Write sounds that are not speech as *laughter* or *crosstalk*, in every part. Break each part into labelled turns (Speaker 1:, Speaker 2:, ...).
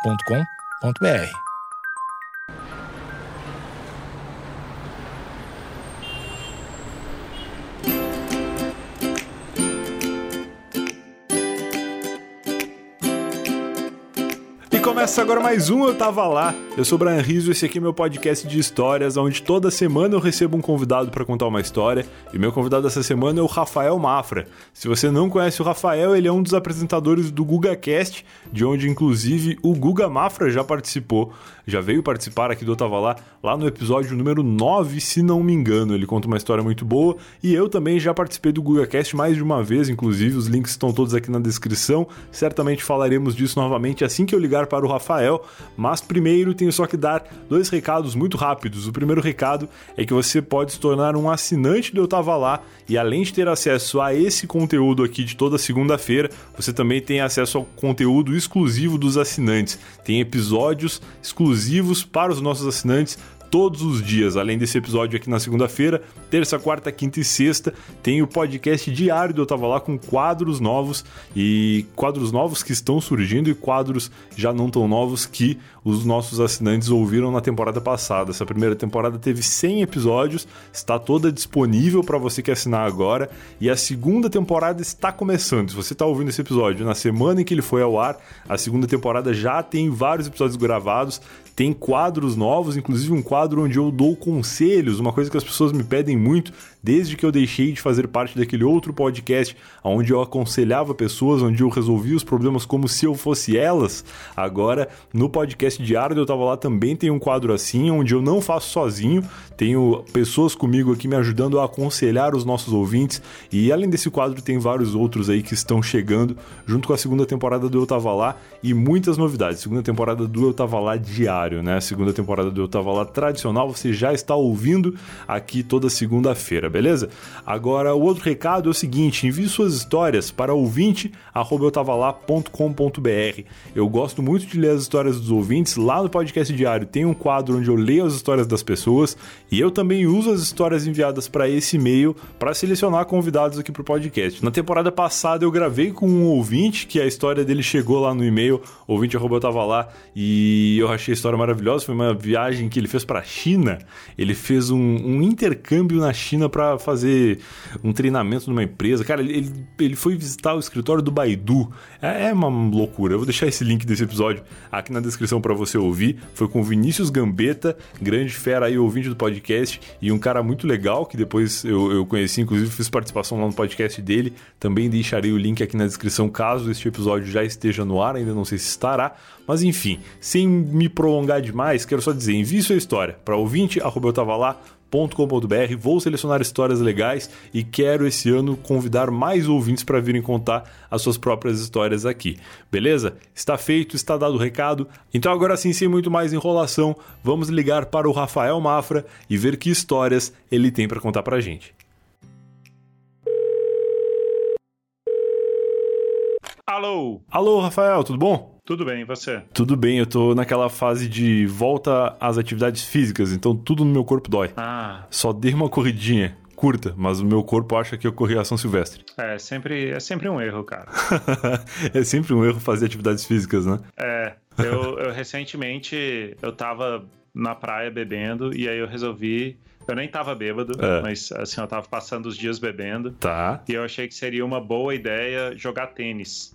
Speaker 1: agenciadepodcast.com.br.
Speaker 2: E começa agora mais um Eu Tava Lá. Eu sou o Brian Rizzo e esse aqui é meu podcast de histórias, onde toda semana eu recebo um convidado para contar uma história. E meu convidado essa semana é o Rafael Mafra. Se você não conhece o Rafael, ele é um dos apresentadores do GugaCast, de onde inclusive o Guga Mafra já participou, já veio participar aqui do Eu Tava Lá, lá no episódio número 9, se não me engano. Ele conta uma história muito boa e eu também já participei do GugaCast mais de uma vez, inclusive os links estão todos aqui na descrição. Certamente falaremos disso novamente assim que eu ligar para o Rafael, mas primeiro tenho só que dar dois recados muito rápidos. O primeiro recado é que você pode se tornar um assinante do Eu Tava Lá e além de ter acesso a esse conteúdo aqui de toda segunda-feira, você também tem acesso ao conteúdo exclusivo dos assinantes. Tem episódios exclusivos para os nossos assinantes todos os dias. Além desse episódio aqui na segunda-feira, terça, quarta, quinta e sexta, tem o podcast diário do Eu Tava Lá com quadros novos e quadros novos que estão surgindo e quadros já não tão novos que os nossos assinantes ouviram na temporada passada. Essa primeira temporada teve 100 episódios, está toda disponível para você que assinar agora e a segunda temporada está começando. Se você está ouvindo esse episódio na semana em que ele foi ao ar, a segunda temporada já tem vários episódios gravados, tem quadros novos, inclusive um quadro onde eu dou conselhos, uma coisa que as pessoas me pedem muito desde que eu deixei de fazer parte daquele outro podcast onde eu aconselhava pessoas, onde eu resolvia os problemas como se eu fosse elas. Agora, no podcast diário eu tava lá também tem um quadro assim, onde eu não faço sozinho, tenho pessoas comigo aqui me ajudando a aconselhar os nossos ouvintes e além desse quadro tem vários outros aí que estão chegando junto com a segunda temporada do Eu Tava Lá e muitas novidades. Segunda temporada do Eu Tava Lá diário né? A segunda temporada do Eu Tava Lá tradicional, você já está ouvindo aqui toda segunda-feira, beleza? Agora, o outro recado é o seguinte: envie suas histórias para ouvinte@euTavaLá.com.br. Eu gosto muito de ler as histórias dos ouvintes. Lá no podcast diário tem um quadro onde eu leio as histórias das pessoas e eu também uso as histórias enviadas para esse e-mail para selecionar convidados aqui para o podcast. Na temporada passada eu gravei com um ouvinte que a história dele chegou lá no e-mail, ouvinte arroba eu tava lá, e eu achei a história maravilhosa. Foi uma viagem que ele fez para a China. Ele fez um, um intercâmbio na China para fazer um treinamento numa empresa. Cara, ele, ele, ele foi visitar o escritório do Baidu. É, é uma loucura. Eu vou deixar esse link desse episódio aqui na descrição para você ouvir. Foi com o Vinícius Gambetta, grande fera aí, ouvinte do podcast, e um cara muito legal que depois eu, eu conheci, inclusive fiz participação lá no podcast dele. Também deixarei o link aqui na descrição caso este episódio já esteja no ar. Ainda não sei se estará, mas enfim, sem me prolongar demais, quero só dizer, envie sua história para ouvinte, arroba eu tava lá, .com.br, vou selecionar histórias legais e quero esse ano convidar mais ouvintes para virem contar as suas próprias histórias aqui. Beleza? Está feito, está dado o recado. Então agora sim, sem muito mais enrolação, vamos ligar para o Rafael Mafra e ver que histórias ele tem para contar pra gente.
Speaker 3: Alô,
Speaker 2: Alô, Rafael, tudo bom?
Speaker 3: tudo bem, e você?
Speaker 2: Tudo bem, eu tô naquela fase de volta às atividades físicas, então tudo no meu corpo dói.
Speaker 3: Ah,
Speaker 2: Só dei uma corridinha curta, mas o meu corpo acha que eu corri a São Silvestre. *laughs*
Speaker 3: é sempre, é sempre um erro, cara.
Speaker 2: é sempre um erro fazer atividades físicas, né?
Speaker 3: É,
Speaker 2: *laughs*
Speaker 3: eu, eu recentemente, eu tava na praia bebendo e aí eu resolvi, eu nem tava bêbado,
Speaker 2: É.
Speaker 3: mas assim, eu tava passando os dias bebendo
Speaker 2: Tá. *laughs*
Speaker 3: e eu achei que seria uma boa ideia jogar tênis.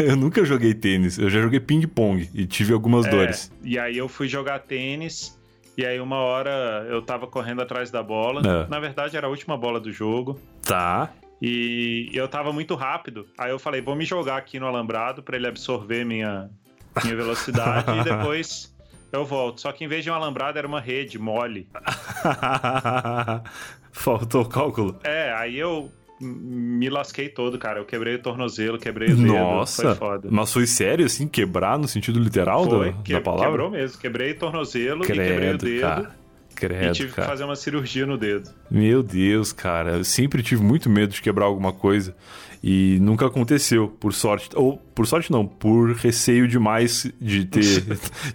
Speaker 2: eu nunca joguei tênis, eu já joguei ping-pong e tive algumas dores.
Speaker 3: É, e aí eu fui jogar tênis e aí uma hora eu tava correndo atrás da bola,
Speaker 2: É.
Speaker 3: na verdade era a última bola do jogo.
Speaker 2: Tá. *laughs*
Speaker 3: E eu tava muito rápido. Aí eu falei, vou me jogar aqui no alambrado pra ele absorver minha, minha velocidade
Speaker 2: *laughs*
Speaker 3: e depois eu volto. Só que em vez de um alambrado era uma rede mole.
Speaker 2: Faltou o cálculo.
Speaker 3: É, aí eu m- me lasquei todo, cara. Eu quebrei o tornozelo, quebrei o dedo.
Speaker 2: Nossa,
Speaker 3: foi foda.
Speaker 2: mas foi sério assim, quebrar no sentido literal
Speaker 3: Foi,
Speaker 2: da,
Speaker 3: que-
Speaker 2: da palavra?
Speaker 3: quebrou mesmo. Quebrei o tornozelo e quebrei o
Speaker 2: Credo,
Speaker 3: dedo.
Speaker 2: cara. Credo,
Speaker 3: e tive
Speaker 2: cara.
Speaker 3: que fazer uma cirurgia no dedo.
Speaker 2: Meu Deus, cara, eu sempre tive muito medo de quebrar alguma coisa. E nunca aconteceu, por sorte. Ou por sorte não, por receio demais de ter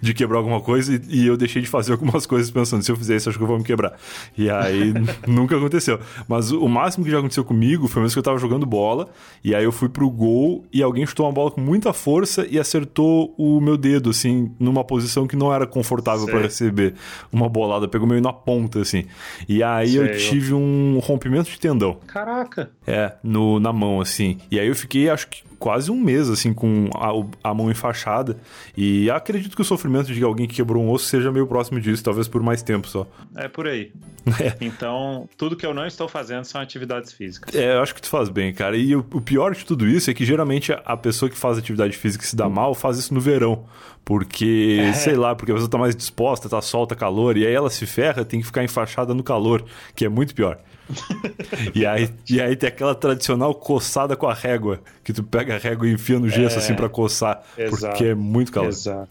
Speaker 2: de quebrar alguma coisa e, e eu deixei de fazer algumas coisas pensando, se eu fizer isso, acho que eu vou me quebrar. E aí nunca aconteceu. Mas o máximo que já aconteceu comigo foi mesmo que eu tava jogando bola, e aí eu fui pro gol e alguém chutou uma bola com muita força e acertou o meu dedo, assim, numa posição que não era confortável
Speaker 3: Sei.
Speaker 2: para receber uma bolada, pegou meio na ponta, assim. E aí eu
Speaker 3: Sei.
Speaker 2: tive um rompimento de tendão.
Speaker 3: Caraca.
Speaker 2: É, no, na mão, assim. E aí eu fiquei, acho que quase um mês, assim, com a, o- a mão enfaixada. E acredito que o sofrimento de alguém que quebrou um osso seja meio próximo disso, talvez por mais tempo só.
Speaker 3: É
Speaker 2: *laughs*
Speaker 3: por aí. Então, tudo que eu não estou fazendo são atividades físicas.
Speaker 2: É, eu acho que tu faz bem, cara. E o, o pior de tudo isso é que geralmente a- a pessoa que faz atividade física e se dá mal faz isso no verão. Porque, sei lá, porque a pessoa tá mais disposta, tá sol, tá calor, e aí ela se ferra, tem que ficar enfaixada no calor, que é muito pior. e, aí, e aí tem aquela tradicional coçada com a régua, que tu pega a régua e enfia no gesso assim pra coçar,
Speaker 3: Exato.
Speaker 2: porque é muito calor. *laughs*
Speaker 3: Exato.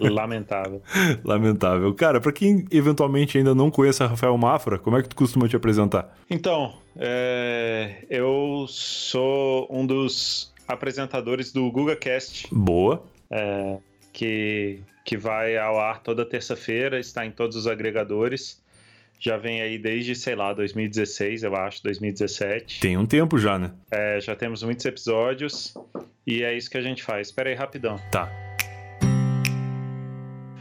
Speaker 3: Lamentável.
Speaker 2: Lamentável. Cara, pra quem eventualmente ainda não conhece a Rafael Mafra, como é que tu costuma te apresentar?
Speaker 3: Então, é, eu sou um dos apresentadores do GugaCast,
Speaker 2: Boa.
Speaker 3: que, que vai ao ar toda terça-feira, está em todos os agregadores. Já vem aí desde, sei lá, 2016, eu acho, 2017.
Speaker 2: Tem um tempo já, né?
Speaker 3: É, já temos muitos episódios e é isso que a gente faz. Espera aí, rapidão.
Speaker 2: Tá.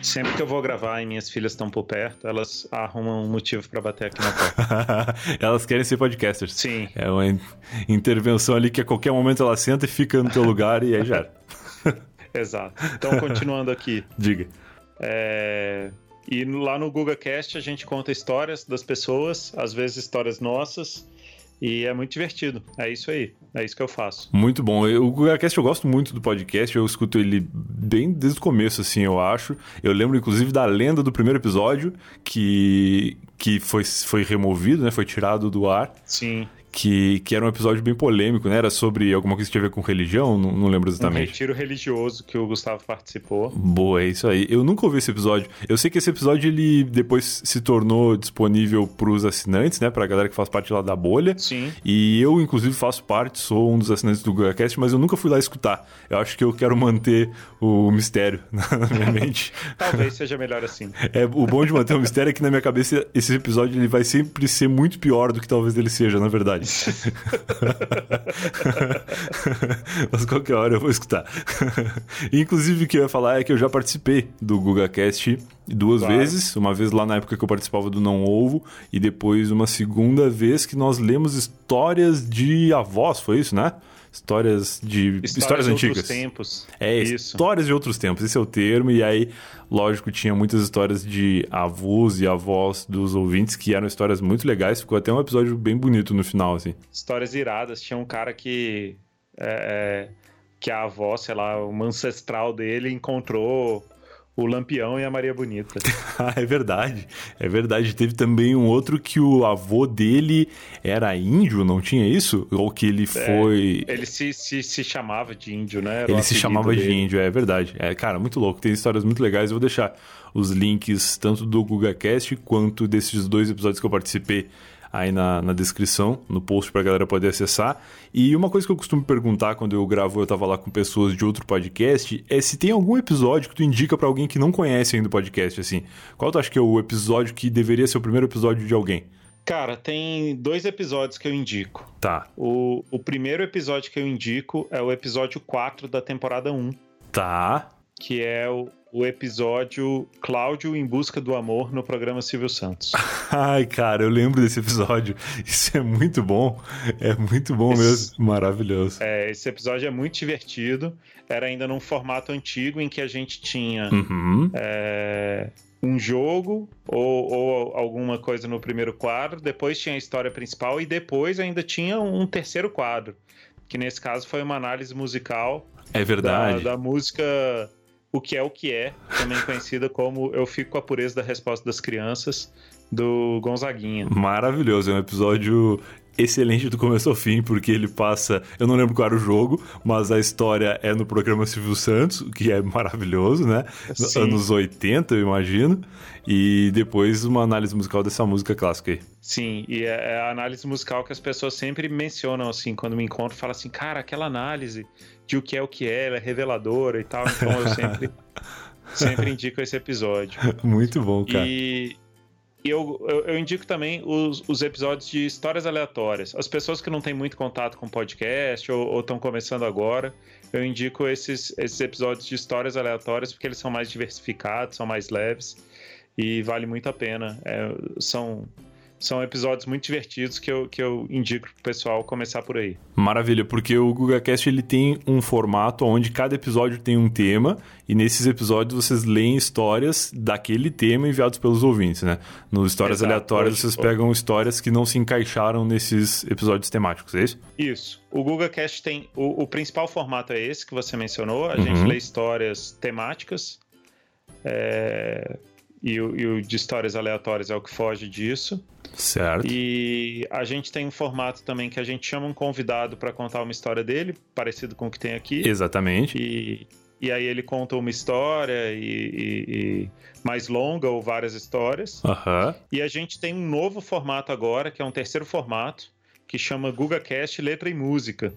Speaker 3: Sempre que eu vou gravar e minhas filhas estão por perto, elas arrumam um motivo para bater aqui na porta.
Speaker 2: *laughs* Elas querem ser podcasters.
Speaker 3: Sim,
Speaker 2: É uma in- intervenção ali que a qualquer momento ela senta e fica no teu lugar e aí já era.
Speaker 3: exato. Então, continuando aqui.
Speaker 2: Diga.
Speaker 3: É, E lá no GugaCast a gente conta histórias das pessoas, às vezes histórias nossas, e é muito divertido. É isso aí, é isso que eu faço.
Speaker 2: Muito bom. Eu- O GugaCast eu gosto muito do podcast, eu escuto ele bem desde o começo, assim, eu acho. Eu lembro, inclusive, da lenda do primeiro episódio, que, que foi, foi removido, né? Foi tirado do ar.
Speaker 3: Sim,
Speaker 2: Que, que era um episódio bem polêmico, né? Era sobre alguma coisa que tinha a ver com religião, não, não lembro
Speaker 3: um
Speaker 2: exatamente.
Speaker 3: retiro religioso que o Gustavo participou.
Speaker 2: Boa, é isso aí. Eu nunca ouvi esse episódio. Eu sei que esse episódio ele depois se tornou disponível pros assinantes, né, pra galera que faz parte lá da bolha.
Speaker 3: Sim,
Speaker 2: E eu inclusive faço parte, sou um dos assinantes do GugaCast, mas eu nunca fui lá escutar. Eu acho que eu quero manter o mistério *laughs* na minha mente.
Speaker 3: talvez seja
Speaker 2: *laughs*
Speaker 3: melhor assim.
Speaker 2: É, o bom de manter o mistério é que na minha cabeça esse episódio ele vai sempre ser muito pior do que talvez ele seja, na verdade. *laughs* Mas qualquer hora eu vou escutar. *laughs* Inclusive, o que eu ia falar é que eu já participei do GugaCast duas
Speaker 3: Claro.
Speaker 2: vezes. Uma vez lá na época que eu participava do Não Ovo, e depois uma segunda vez que nós lemos histórias de avós, foi isso, né? Histórias de. Histórias,
Speaker 3: de outros
Speaker 2: antigas.
Speaker 3: tempos.
Speaker 2: É,
Speaker 3: isso.
Speaker 2: histórias de outros tempos, esse é o termo. E aí, lógico, tinha muitas histórias de avós e avós dos ouvintes que eram histórias muito legais. Ficou até um episódio bem bonito no final, assim.
Speaker 3: Histórias iradas. Tinha um cara que. é, é, que a avó, sei lá, uma ancestral dele encontrou o Lampião e a
Speaker 2: *laughs*
Speaker 3: Maria Bonita.
Speaker 2: Ah, é verdade. É verdade. Teve também um outro que o avô dele era índio, não tinha isso? Ou que ele foi.
Speaker 3: Ele se, se, se chamava de índio, né? Era o
Speaker 2: Ele se
Speaker 3: apelido
Speaker 2: chamava de
Speaker 3: dele.
Speaker 2: índio, é verdade. É, cara, muito louco. Tem histórias muito legais. Eu vou deixar os links tanto do GugaCast quanto desses dois episódios que eu participei aí na, na descrição, no post pra galera poder acessar. E uma coisa que eu costumo perguntar quando eu gravo, eu tava lá com pessoas de outro podcast, é se tem algum episódio que tu indica pra alguém que não conhece ainda o podcast, assim. Qual tu acha que é o episódio que deveria ser o primeiro episódio de alguém?
Speaker 3: Cara, tem dois episódios que eu indico.
Speaker 2: Tá,
Speaker 3: O, o primeiro episódio que eu indico é o episódio 4 da temporada 1,
Speaker 2: tá.
Speaker 3: que é o, o episódio Cláudio em Busca do Amor no programa Silvio Santos.
Speaker 2: Ai, cara, eu lembro desse episódio. Isso é muito bom. É muito bom mesmo. Maravilhoso.
Speaker 3: É, esse episódio é muito divertido. Era ainda num formato antigo em que a gente tinha
Speaker 2: Uhum.
Speaker 3: é, um jogo ou, ou alguma coisa no primeiro quadro, depois tinha a história principal e depois ainda tinha um terceiro quadro, que nesse caso foi uma análise musical
Speaker 2: É
Speaker 3: da,
Speaker 2: verdade.
Speaker 3: da música O Que É O Que É, também conhecida como Eu Fico com a Pureza da Resposta das Crianças, do Gonzaguinha.
Speaker 2: Maravilhoso. É um episódio excelente do começo ao fim, porque ele passa. Eu não lembro qual era o jogo, mas a história é no programa Silvio Santos, o que é maravilhoso, né?
Speaker 3: Sim.
Speaker 2: Anos 80, eu imagino. E depois uma análise musical dessa música clássica aí. *laughs*
Speaker 3: Sim, e é, é a análise musical que as pessoas sempre mencionam, assim, quando me encontram, fala assim, cara, aquela análise de o que é o que é, ela é reveladora e tal, então eu
Speaker 2: *laughs*
Speaker 3: sempre, sempre indico esse episódio.
Speaker 2: Muito bom, cara.
Speaker 3: E, e eu, eu, eu indico também os, os episódios de histórias aleatórias. As pessoas que não têm muito contato com podcast ou estão começando agora, eu indico esses, esses episódios de histórias aleatórias porque eles são mais diversificados, são mais leves e vale muito a pena. É, são, são episódios muito divertidos que eu, que eu indico pro pessoal começar por aí.
Speaker 2: Maravilha, porque o GugaCast ele tem um formato onde cada episódio tem um tema e nesses episódios vocês leem histórias daquele tema enviados pelos ouvintes, né? No Histórias
Speaker 3: Exato,
Speaker 2: Aleatórias
Speaker 3: hoje
Speaker 2: vocês
Speaker 3: foi.
Speaker 2: pegam histórias que não se encaixaram nesses episódios temáticos, é isso?
Speaker 3: Isso. O GugaCast tem. O, o principal formato é esse que você mencionou. A gente
Speaker 2: Uhum.
Speaker 3: lê histórias temáticas. é, E, o, e o de histórias aleatórias é o que foge disso.
Speaker 2: Certo.
Speaker 3: E a gente tem um formato também que a gente chama um convidado para contar uma história dele, parecido com o que tem aqui.
Speaker 2: Exatamente.
Speaker 3: E, e aí ele conta uma história e- e- e mais longa ou várias histórias.
Speaker 2: Aham.
Speaker 3: E a gente tem um novo formato agora, que é um terceiro formato, que chama GugaCast Letra e Música,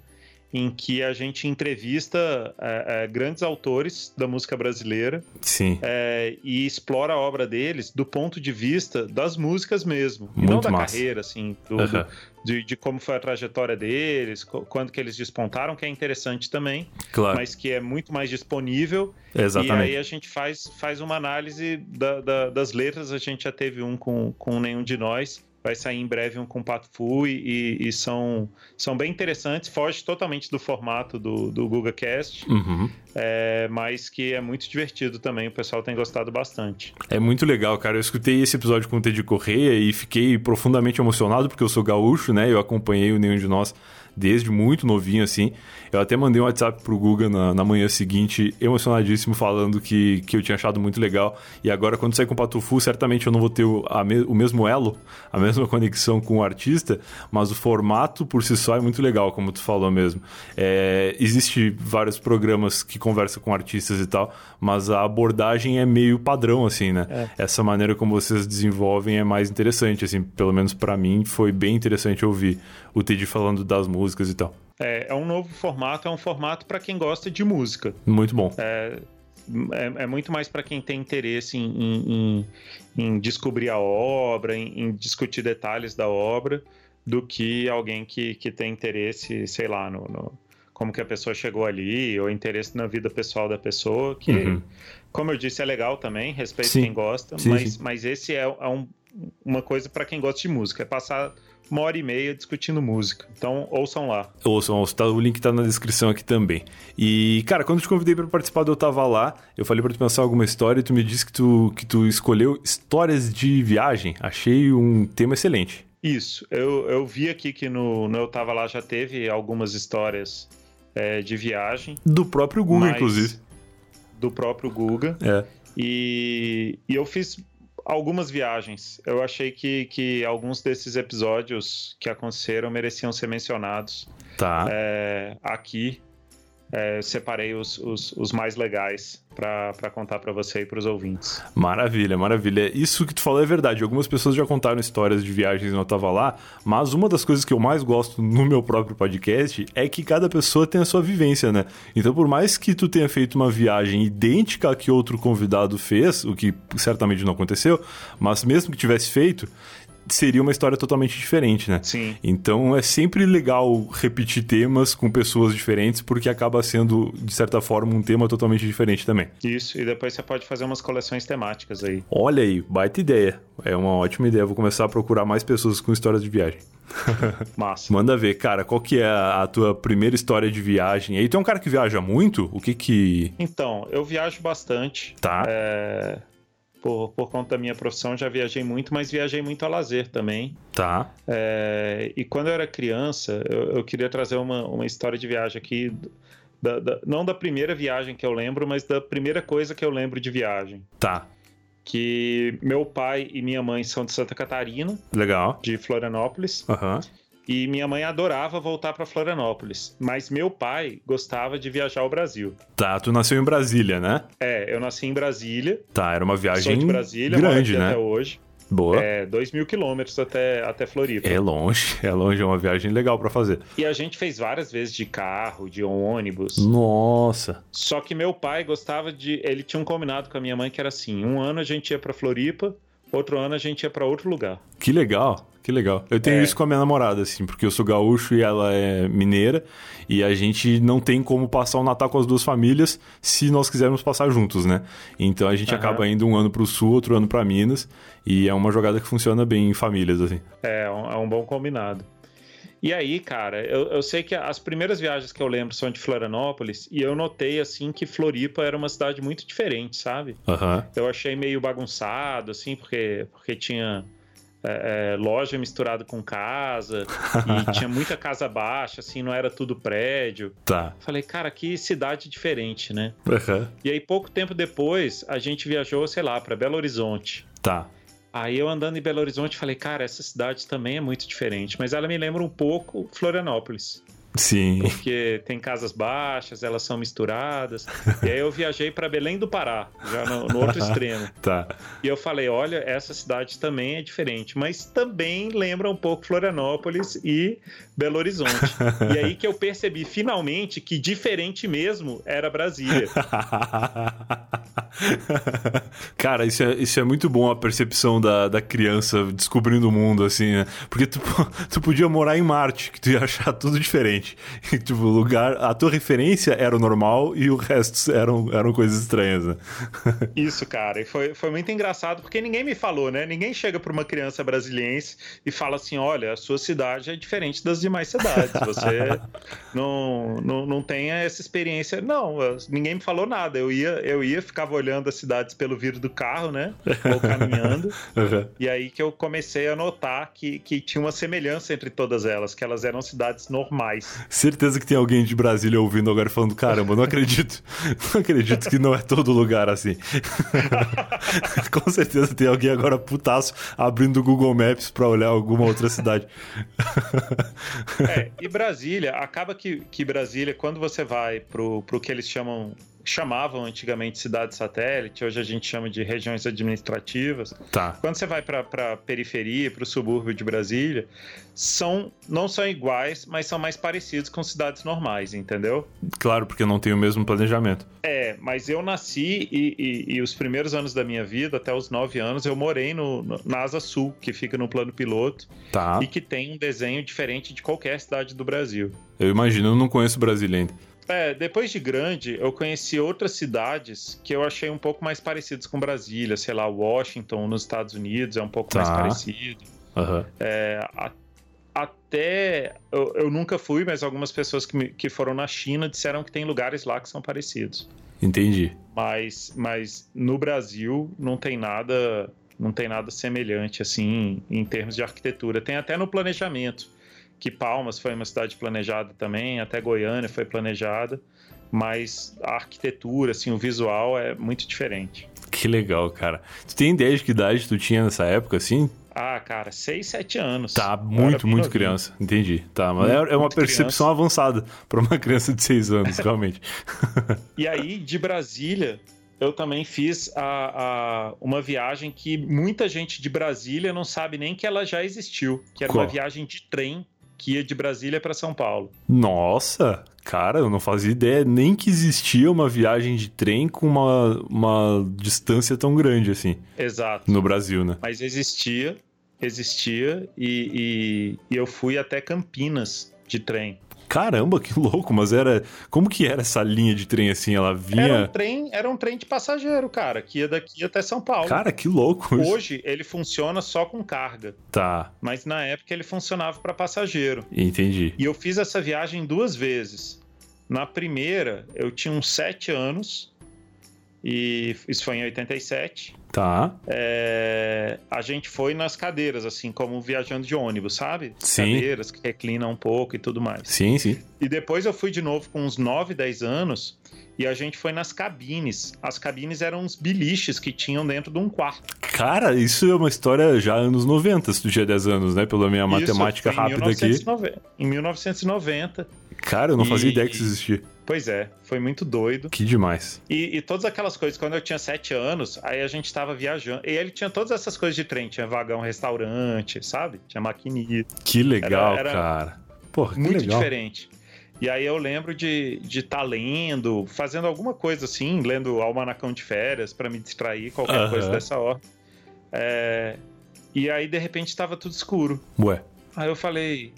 Speaker 3: em que a gente entrevista eh, eh, grandes autores da música brasileira
Speaker 2: Sim.
Speaker 3: eh, e explora a obra deles do ponto de vista das músicas mesmo, e
Speaker 2: Muito
Speaker 3: não da
Speaker 2: massa.
Speaker 3: carreira, assim, do- do-
Speaker 2: Aham.
Speaker 3: de, de como foi a trajetória deles, co- quando que eles despontaram, que é interessante também,
Speaker 2: Claro.
Speaker 3: mas que é muito mais disponível e
Speaker 2: Exatamente.
Speaker 3: aí a gente faz, faz uma análise da- da- das letras, a gente já teve um com, com nenhum de nós. Vai sair em breve um com Pato Fu e, e- e são, são bem interessantes, foge totalmente do formato do, do GugaCast,
Speaker 2: Uhum.
Speaker 3: é, mas que é muito divertido também, o pessoal tem gostado bastante.
Speaker 2: É muito legal, cara. Eu escutei esse episódio com o Teddy Correia e fiquei profundamente emocionado porque eu sou gaúcho, né? Eu acompanhei o Nenhum de Nós desde muito novinho, assim. Eu até mandei um WhatsApp pro Guga na, na manhã seguinte, emocionadíssimo, falando que, que eu tinha achado muito legal. E agora, quando sair com o Patufu, certamente eu não vou ter o, a me- o mesmo elo, a mesma *laughs* conexão com o artista, mas o formato por si só é muito legal, como tu falou mesmo. É, existe vários programas que conversam com artistas e tal, mas a abordagem é meio padrão, assim, né? Essa maneira como vocês desenvolvem é mais interessante, assim, pelo menos pra mim foi bem interessante ouvir o Teddy falando das músicas e tal.
Speaker 3: É, é um novo formato, é um formato para quem gosta de música.
Speaker 2: Muito bom.
Speaker 3: é, é muito mais para quem tem interesse em, em- em- em descobrir a obra, em, em discutir detalhes da obra, do que alguém que, que tem interesse, sei lá, no, no- como que a pessoa chegou ali, ou interesse na vida pessoal da pessoa, que,
Speaker 2: Uhum.
Speaker 3: como eu disse, é legal também, respeito
Speaker 2: Sim.
Speaker 3: quem gosta,
Speaker 2: Sim,
Speaker 3: mas, mas esse é, é um- uma coisa para quem gosta de música, é passar uma hora e meia discutindo música. Então, ouçam lá.
Speaker 2: Ouçam, ouçam, tá- o link tá na descrição aqui também. E, cara, quando eu te convidei pra participar do Eu Tava Lá, eu falei pra tu pensar alguma história e tu me disse que tu, que tu escolheu histórias de viagem. Achei um tema excelente.
Speaker 3: Isso, eu, eu vi aqui que no, no Eu Tava Lá já teve algumas histórias é, de viagem.
Speaker 2: Do próprio Google,
Speaker 3: mas-
Speaker 2: inclusive.
Speaker 3: Do próprio Guga.
Speaker 2: É.
Speaker 3: E, e eu fiz algumas viagens. Eu achei que, que alguns desses episódios que aconteceram mereciam ser mencionados
Speaker 2: Tá.
Speaker 3: é, aqui. É, eu separei os, os, os mais legais para contar para você e para os ouvintes.
Speaker 2: Maravilha, maravilha. Isso que tu falou é verdade. Algumas pessoas já contaram histórias de viagens não tava lá, mas uma das coisas que eu mais gosto no meu próprio podcast é que cada pessoa tem a sua vivência, né? Então, por mais que tu tenha feito uma viagem idêntica à que outro convidado fez, o que certamente não aconteceu, mas mesmo que tivesse feito, seria uma história totalmente diferente, né?
Speaker 3: Sim,
Speaker 2: Então é sempre legal repetir temas com pessoas diferentes, porque acaba sendo, de certa forma, um tema totalmente diferente também.
Speaker 3: isso. E depois você pode fazer umas coleções temáticas aí.
Speaker 2: Olha aí, baita ideia. É uma ótima ideia. Vou começar a procurar mais pessoas com histórias de viagem.
Speaker 3: Massa.
Speaker 2: Manda ver, cara, qual que é a a tua primeira história de viagem? E aí, tu é um cara que viaja muito? O que que.
Speaker 3: Então, eu viajo bastante.
Speaker 2: Tá.
Speaker 3: É, por, por conta da minha profissão, já viajei muito, mas viajei muito a lazer também.
Speaker 2: Tá.
Speaker 3: É, e quando eu era criança, eu, eu queria trazer uma, uma história de viagem aqui. da- da- não da primeira viagem que eu lembro, mas da primeira coisa que eu lembro de viagem.
Speaker 2: Tá.
Speaker 3: Que meu pai e minha mãe são de Santa Catarina,
Speaker 2: Legal.
Speaker 3: de Florianópolis,
Speaker 2: Aham.
Speaker 3: E minha mãe adorava voltar para Florianópolis, mas meu pai gostava de viajar ao Brasil.
Speaker 2: Tá, tu nasceu em Brasília, né?
Speaker 3: É, eu nasci em Brasília,
Speaker 2: Tá, era uma
Speaker 3: sou
Speaker 2: viagem
Speaker 3: de Brasília, moro
Speaker 2: grande,
Speaker 3: aqui
Speaker 2: né?
Speaker 3: até hoje.
Speaker 2: Boa.
Speaker 3: É, dois mil quilômetros até, até Floripa.
Speaker 2: É longe, *laughs* é longe, é uma viagem legal pra fazer.
Speaker 3: E a gente fez várias vezes de carro, de ônibus.
Speaker 2: Hum. Nossa.
Speaker 3: Só que meu pai gostava de. Ele tinha um combinado com a minha mãe que era assim: um ano a gente ia pra Floripa, outro ano a gente ia pra outro lugar.
Speaker 2: Que legal, que legal. Eu tenho
Speaker 3: É.
Speaker 2: isso com a minha namorada, assim, porque eu sou gaúcho e ela é mineira, e a gente não tem como passar o Natal com as duas famílias se nós quisermos passar juntos, né? Então a gente
Speaker 3: Aham.
Speaker 2: acaba indo um ano pro sul, outro ano pra Minas, e é uma jogada que funciona bem em famílias, assim.
Speaker 3: É, um- é um bom combinado. E aí, cara, eu, eu sei que as primeiras viagens que eu lembro são de Florianópolis, e eu notei, assim, que Floripa era uma cidade muito diferente, sabe?
Speaker 2: Aham.
Speaker 3: Então, Eu achei meio bagunçado, assim, porque, porque tinha é, é, loja misturada com casa, e tinha muita casa baixa, assim, não era tudo prédio.
Speaker 2: Tá.
Speaker 3: Falei, cara, que cidade diferente, né?
Speaker 2: Aham.
Speaker 3: E aí, pouco tempo depois, a gente viajou, sei lá, para Belo Horizonte.
Speaker 2: Tá.
Speaker 3: Aí eu andando em Belo Horizonte falei, cara, essa cidade também é muito diferente, mas ela me lembra um pouco Florianópolis,
Speaker 2: Sim.
Speaker 3: porque tem casas baixas, elas são misturadas. E aí eu viajei para Belém do Pará, já no, no outro extremo.
Speaker 2: Tá.
Speaker 3: E eu falei, olha, essa cidade também é diferente, mas também lembra um pouco Florianópolis e Belo Horizonte. E aí que eu percebi finalmente que diferente mesmo era Brasília.
Speaker 2: *laughs* Cara, isso é, isso é muito bom a percepção da, da criança descobrindo o mundo, assim, né? Porque tu, *laughs* tu podia morar em Marte, que tu ia achar tudo diferente. *laughs* E, tipo, o lugar, a tua referência era o normal e o resto eram, eram coisas estranhas, né?
Speaker 3: Isso, cara, e foi, foi muito engraçado porque ninguém me falou, né? Ninguém chega para uma criança brasiliense e fala assim: olha, a sua cidade é diferente das demais cidades, você não, não, não tem essa experiência. Não, eu- ninguém me falou nada. Eu ia, eu ia, ficava olhando as cidades pelo vidro do carro, né? Ou caminhando,
Speaker 2: Uhum.
Speaker 3: e aí que eu comecei a notar que, que tinha uma semelhança entre todas elas, que elas eram cidades normais.
Speaker 2: *laughs* Certeza que tem alguém de Brasília ouvindo agora e falando: caramba, não acredito. *laughs* Não acredito que não é todo lugar assim. *laughs* Com certeza tem alguém agora putaço abrindo o Google Maps pra olhar alguma outra cidade.
Speaker 3: É, e Brasília, acaba que, que Brasília, quando você vai pro, pro que eles chamam, chamavam antigamente cidade satélite, hoje a gente chama de regiões administrativas,
Speaker 2: Tá.
Speaker 3: quando você vai pra, pra periferia, pro subúrbio de Brasília, são, não são iguais, mas são mais parecidos com cidades normais, entendeu?
Speaker 2: Claro, porque não tem o mesmo planejamento.
Speaker 3: É, mas eu nasci e, e- e os primeiros anos da minha vida, até os nove anos, eu morei no, no- na Asa Sul, que fica no plano piloto,
Speaker 2: Tá.
Speaker 3: e que tem um desenho diferente de qualquer cidade do Brasil.
Speaker 2: Eu imagino, eu não conheço Brasília ainda.
Speaker 3: É, depois de grande, eu conheci outras cidades que eu achei um pouco mais parecidas com Brasília, sei lá, Washington, nos Estados Unidos, é um pouco
Speaker 2: Tá.
Speaker 3: mais parecido.
Speaker 2: Aham.
Speaker 3: É, a- até eu, eu nunca fui, mas algumas pessoas que, me- que foram na China disseram que tem lugares lá que são parecidos.
Speaker 2: Entendi.
Speaker 3: Mas, mas no Brasil não tem nada, não tem nada semelhante assim em termos de arquitetura. Tem até no planejamento, que Palmas foi uma cidade planejada também, até Goiânia foi planejada, mas a arquitetura, assim, o visual é muito diferente.
Speaker 2: Que legal, cara. Tu tem ideia de que idade tu tinha nessa época, assim?
Speaker 3: Ah, cara, 6, 7 anos.
Speaker 2: Tá
Speaker 3: Eu era
Speaker 2: muito,
Speaker 3: bem
Speaker 2: muito
Speaker 3: novinho.
Speaker 2: criança. Entendi. Tá, mas é,
Speaker 3: Muito,
Speaker 2: é uma
Speaker 3: muito
Speaker 2: percepção avançada pra uma *laughs* criança de seis
Speaker 3: *laughs*
Speaker 2: anos, realmente.
Speaker 3: E aí, de Brasília, eu também fiz a- a- uma viagem que muita gente de Brasília não sabe nem que ela já existiu, que era
Speaker 2: Qual?
Speaker 3: uma viagem de trem que ia de Brasília para São Paulo.
Speaker 2: Nossa, cara, eu não fazia ideia nem que existia uma viagem de trem com uma, uma distância tão grande assim
Speaker 3: Exato.
Speaker 2: no Brasil, né?
Speaker 3: Mas existia, existia, e, e- e eu fui até Campinas de trem.
Speaker 2: Caramba, que louco, mas era. Como que era essa linha de trem assim? Ela
Speaker 3: Era um
Speaker 2: vinha.
Speaker 3: trem, era um trem de passageiro, cara, que ia daqui até São Paulo.
Speaker 2: Cara, que louco isso.
Speaker 3: Hoje ele funciona só com carga,
Speaker 2: Tá,
Speaker 3: mas na época ele funcionava para passageiro.
Speaker 2: entendi.
Speaker 3: E eu fiz essa viagem duas vezes. Na primeira, eu tinha uns sete anos, e isso foi em 87.
Speaker 2: Tá.
Speaker 3: É, a gente foi nas cadeiras, assim, como viajando de ônibus, sabe?
Speaker 2: Sim.
Speaker 3: Cadeiras que reclinam um pouco e tudo mais.
Speaker 2: Sim, sim.
Speaker 3: E depois eu fui de novo com uns 9, 10 anos, e a gente foi nas cabines. As cabines eram uns biliches que tinham dentro de um quarto.
Speaker 2: Cara, isso é uma história já anos 90, se tu tinha 10 anos, né? Pela minha
Speaker 3: Isso,
Speaker 2: matemática
Speaker 3: foi em
Speaker 2: rápida
Speaker 3: 1990, Em 1990.
Speaker 2: aqui. Cara, eu não fazia
Speaker 3: E-
Speaker 2: ideia que isso existia.
Speaker 3: Pois é, foi muito doido.
Speaker 2: Que demais.
Speaker 3: E, e todas aquelas coisas, quando eu tinha sete anos, aí a gente tava viajando. E ele tinha todas essas coisas de trem, tinha vagão, restaurante, sabe? Tinha maquininha,
Speaker 2: Que legal,
Speaker 3: Era- era
Speaker 2: cara. Porra, que
Speaker 3: muito
Speaker 2: legal.
Speaker 3: diferente. E aí eu lembro de estar de tá lendo, fazendo alguma coisa assim, lendo Almanacão de Férias para me distrair, qualquer
Speaker 2: Aham.
Speaker 3: coisa dessa hora. É, E aí, de repente, tava tudo escuro.
Speaker 2: Ué.
Speaker 3: Aí eu falei,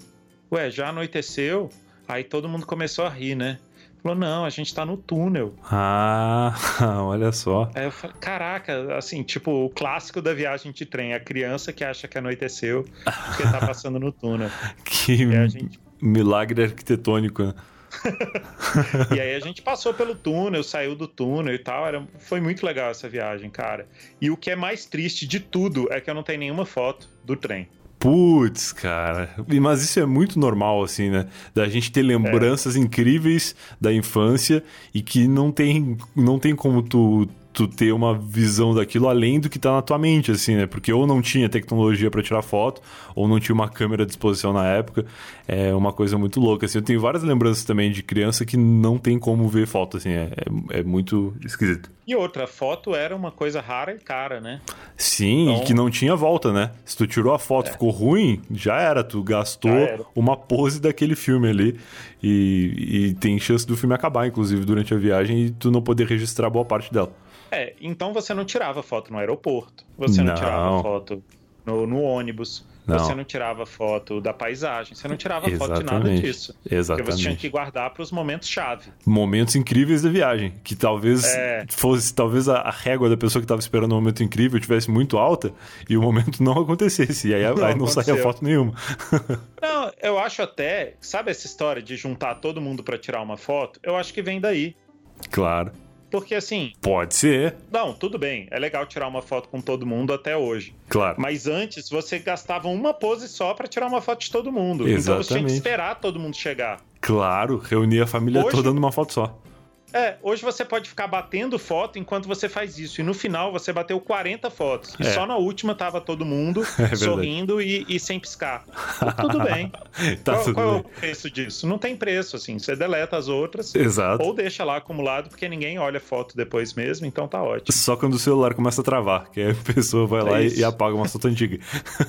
Speaker 3: ué, já anoiteceu? Aí todo mundo começou a rir, né? Falou, não, a gente tá no túnel.
Speaker 2: Ah, *laughs* olha só.
Speaker 3: Aí eu falei, caraca, assim, tipo, o clássico da viagem de trem, a criança que acha que anoiteceu porque tá passando no túnel.
Speaker 2: Que *laughs*
Speaker 3: E, É, a gente,
Speaker 2: milagre arquitetônico. né?
Speaker 3: e aí a gente passou pelo túnel, saiu do túnel e tal. Era, foi muito legal essa viagem, cara. E o que é mais triste de tudo é que eu não tenho nenhuma foto do trem.
Speaker 2: Putz, cara. E- Mas isso é muito normal, assim, né? Da gente ter lembranças incríveis da infância e que não tem, não tem como tu, tu ter uma visão daquilo além do que tá na tua mente, assim, né? Porque ou não tinha tecnologia pra tirar foto, ou não tinha uma câmera à disposição na época. É uma coisa muito louca, assim. Eu tenho várias lembranças também de criança que não tem como ver foto, assim. É, é, é muito esquisito.
Speaker 3: E outra, foto era uma coisa rara e cara, né?
Speaker 2: Sim,
Speaker 3: Então- É.
Speaker 2: e que não tinha volta, né? Se tu tirou a foto e ficou ruim, já era. Tu gastou
Speaker 3: Já era.
Speaker 2: uma pose daquele filme ali. E, e tem chance do filme acabar, inclusive, durante a viagem e tu não poder registrar boa parte dela.
Speaker 3: É, então você não tirava foto no aeroporto, você não,
Speaker 2: Não.
Speaker 3: tirava foto no, no ônibus,
Speaker 2: Não.
Speaker 3: você não tirava foto da paisagem, você não tirava foto de nada
Speaker 2: Exatamente.
Speaker 3: disso. Porque você tinha
Speaker 2: Exatamente.
Speaker 3: que guardar para os momentos chave.
Speaker 2: Momentos incríveis da viagem. Que talvez
Speaker 3: É.
Speaker 2: fosse, talvez a, a régua da pessoa que tava esperando um momento incrível tivesse muito alta e o momento não *laughs* acontecesse. E aí aí
Speaker 3: Não
Speaker 2: não, saía
Speaker 3: aconteceu.
Speaker 2: foto nenhuma.
Speaker 3: Não, eu acho até, sabe essa história de juntar todo mundo para tirar uma foto? Eu acho que vem daí.
Speaker 2: Claro.
Speaker 3: Porque assim,
Speaker 2: Pode ser.
Speaker 3: não, tudo bem, é legal tirar uma foto com todo mundo até hoje.
Speaker 2: Claro.
Speaker 3: Mas antes você gastava uma pose só para tirar uma foto de todo mundo. Então você tinha que
Speaker 2: Exatamente.
Speaker 3: esperar todo mundo chegar.
Speaker 2: Claro. Reunir a família
Speaker 3: Hoje-
Speaker 2: toda numa foto só. *laughs*
Speaker 3: É, hoje você pode ficar batendo foto enquanto você faz isso. E no final você bateu 40 fotos. E
Speaker 2: É.
Speaker 3: só na última tava todo mundo
Speaker 2: *laughs* verdade.
Speaker 3: sorrindo e, e sem piscar.
Speaker 2: *laughs*
Speaker 3: Tudo bem.
Speaker 2: Tá
Speaker 3: qual
Speaker 2: tudo
Speaker 3: qual é
Speaker 2: bem.
Speaker 3: o preço disso? Não tem preço, assim. Você deleta as outras
Speaker 2: Exato.
Speaker 3: ou deixa lá acumulado, porque ninguém olha foto depois mesmo, então tá ótimo.
Speaker 2: Só quando o celular começa a travar, que aí a pessoa vai
Speaker 3: É
Speaker 2: lá e-
Speaker 3: isso.
Speaker 2: e apaga uma foto antiga. *laughs*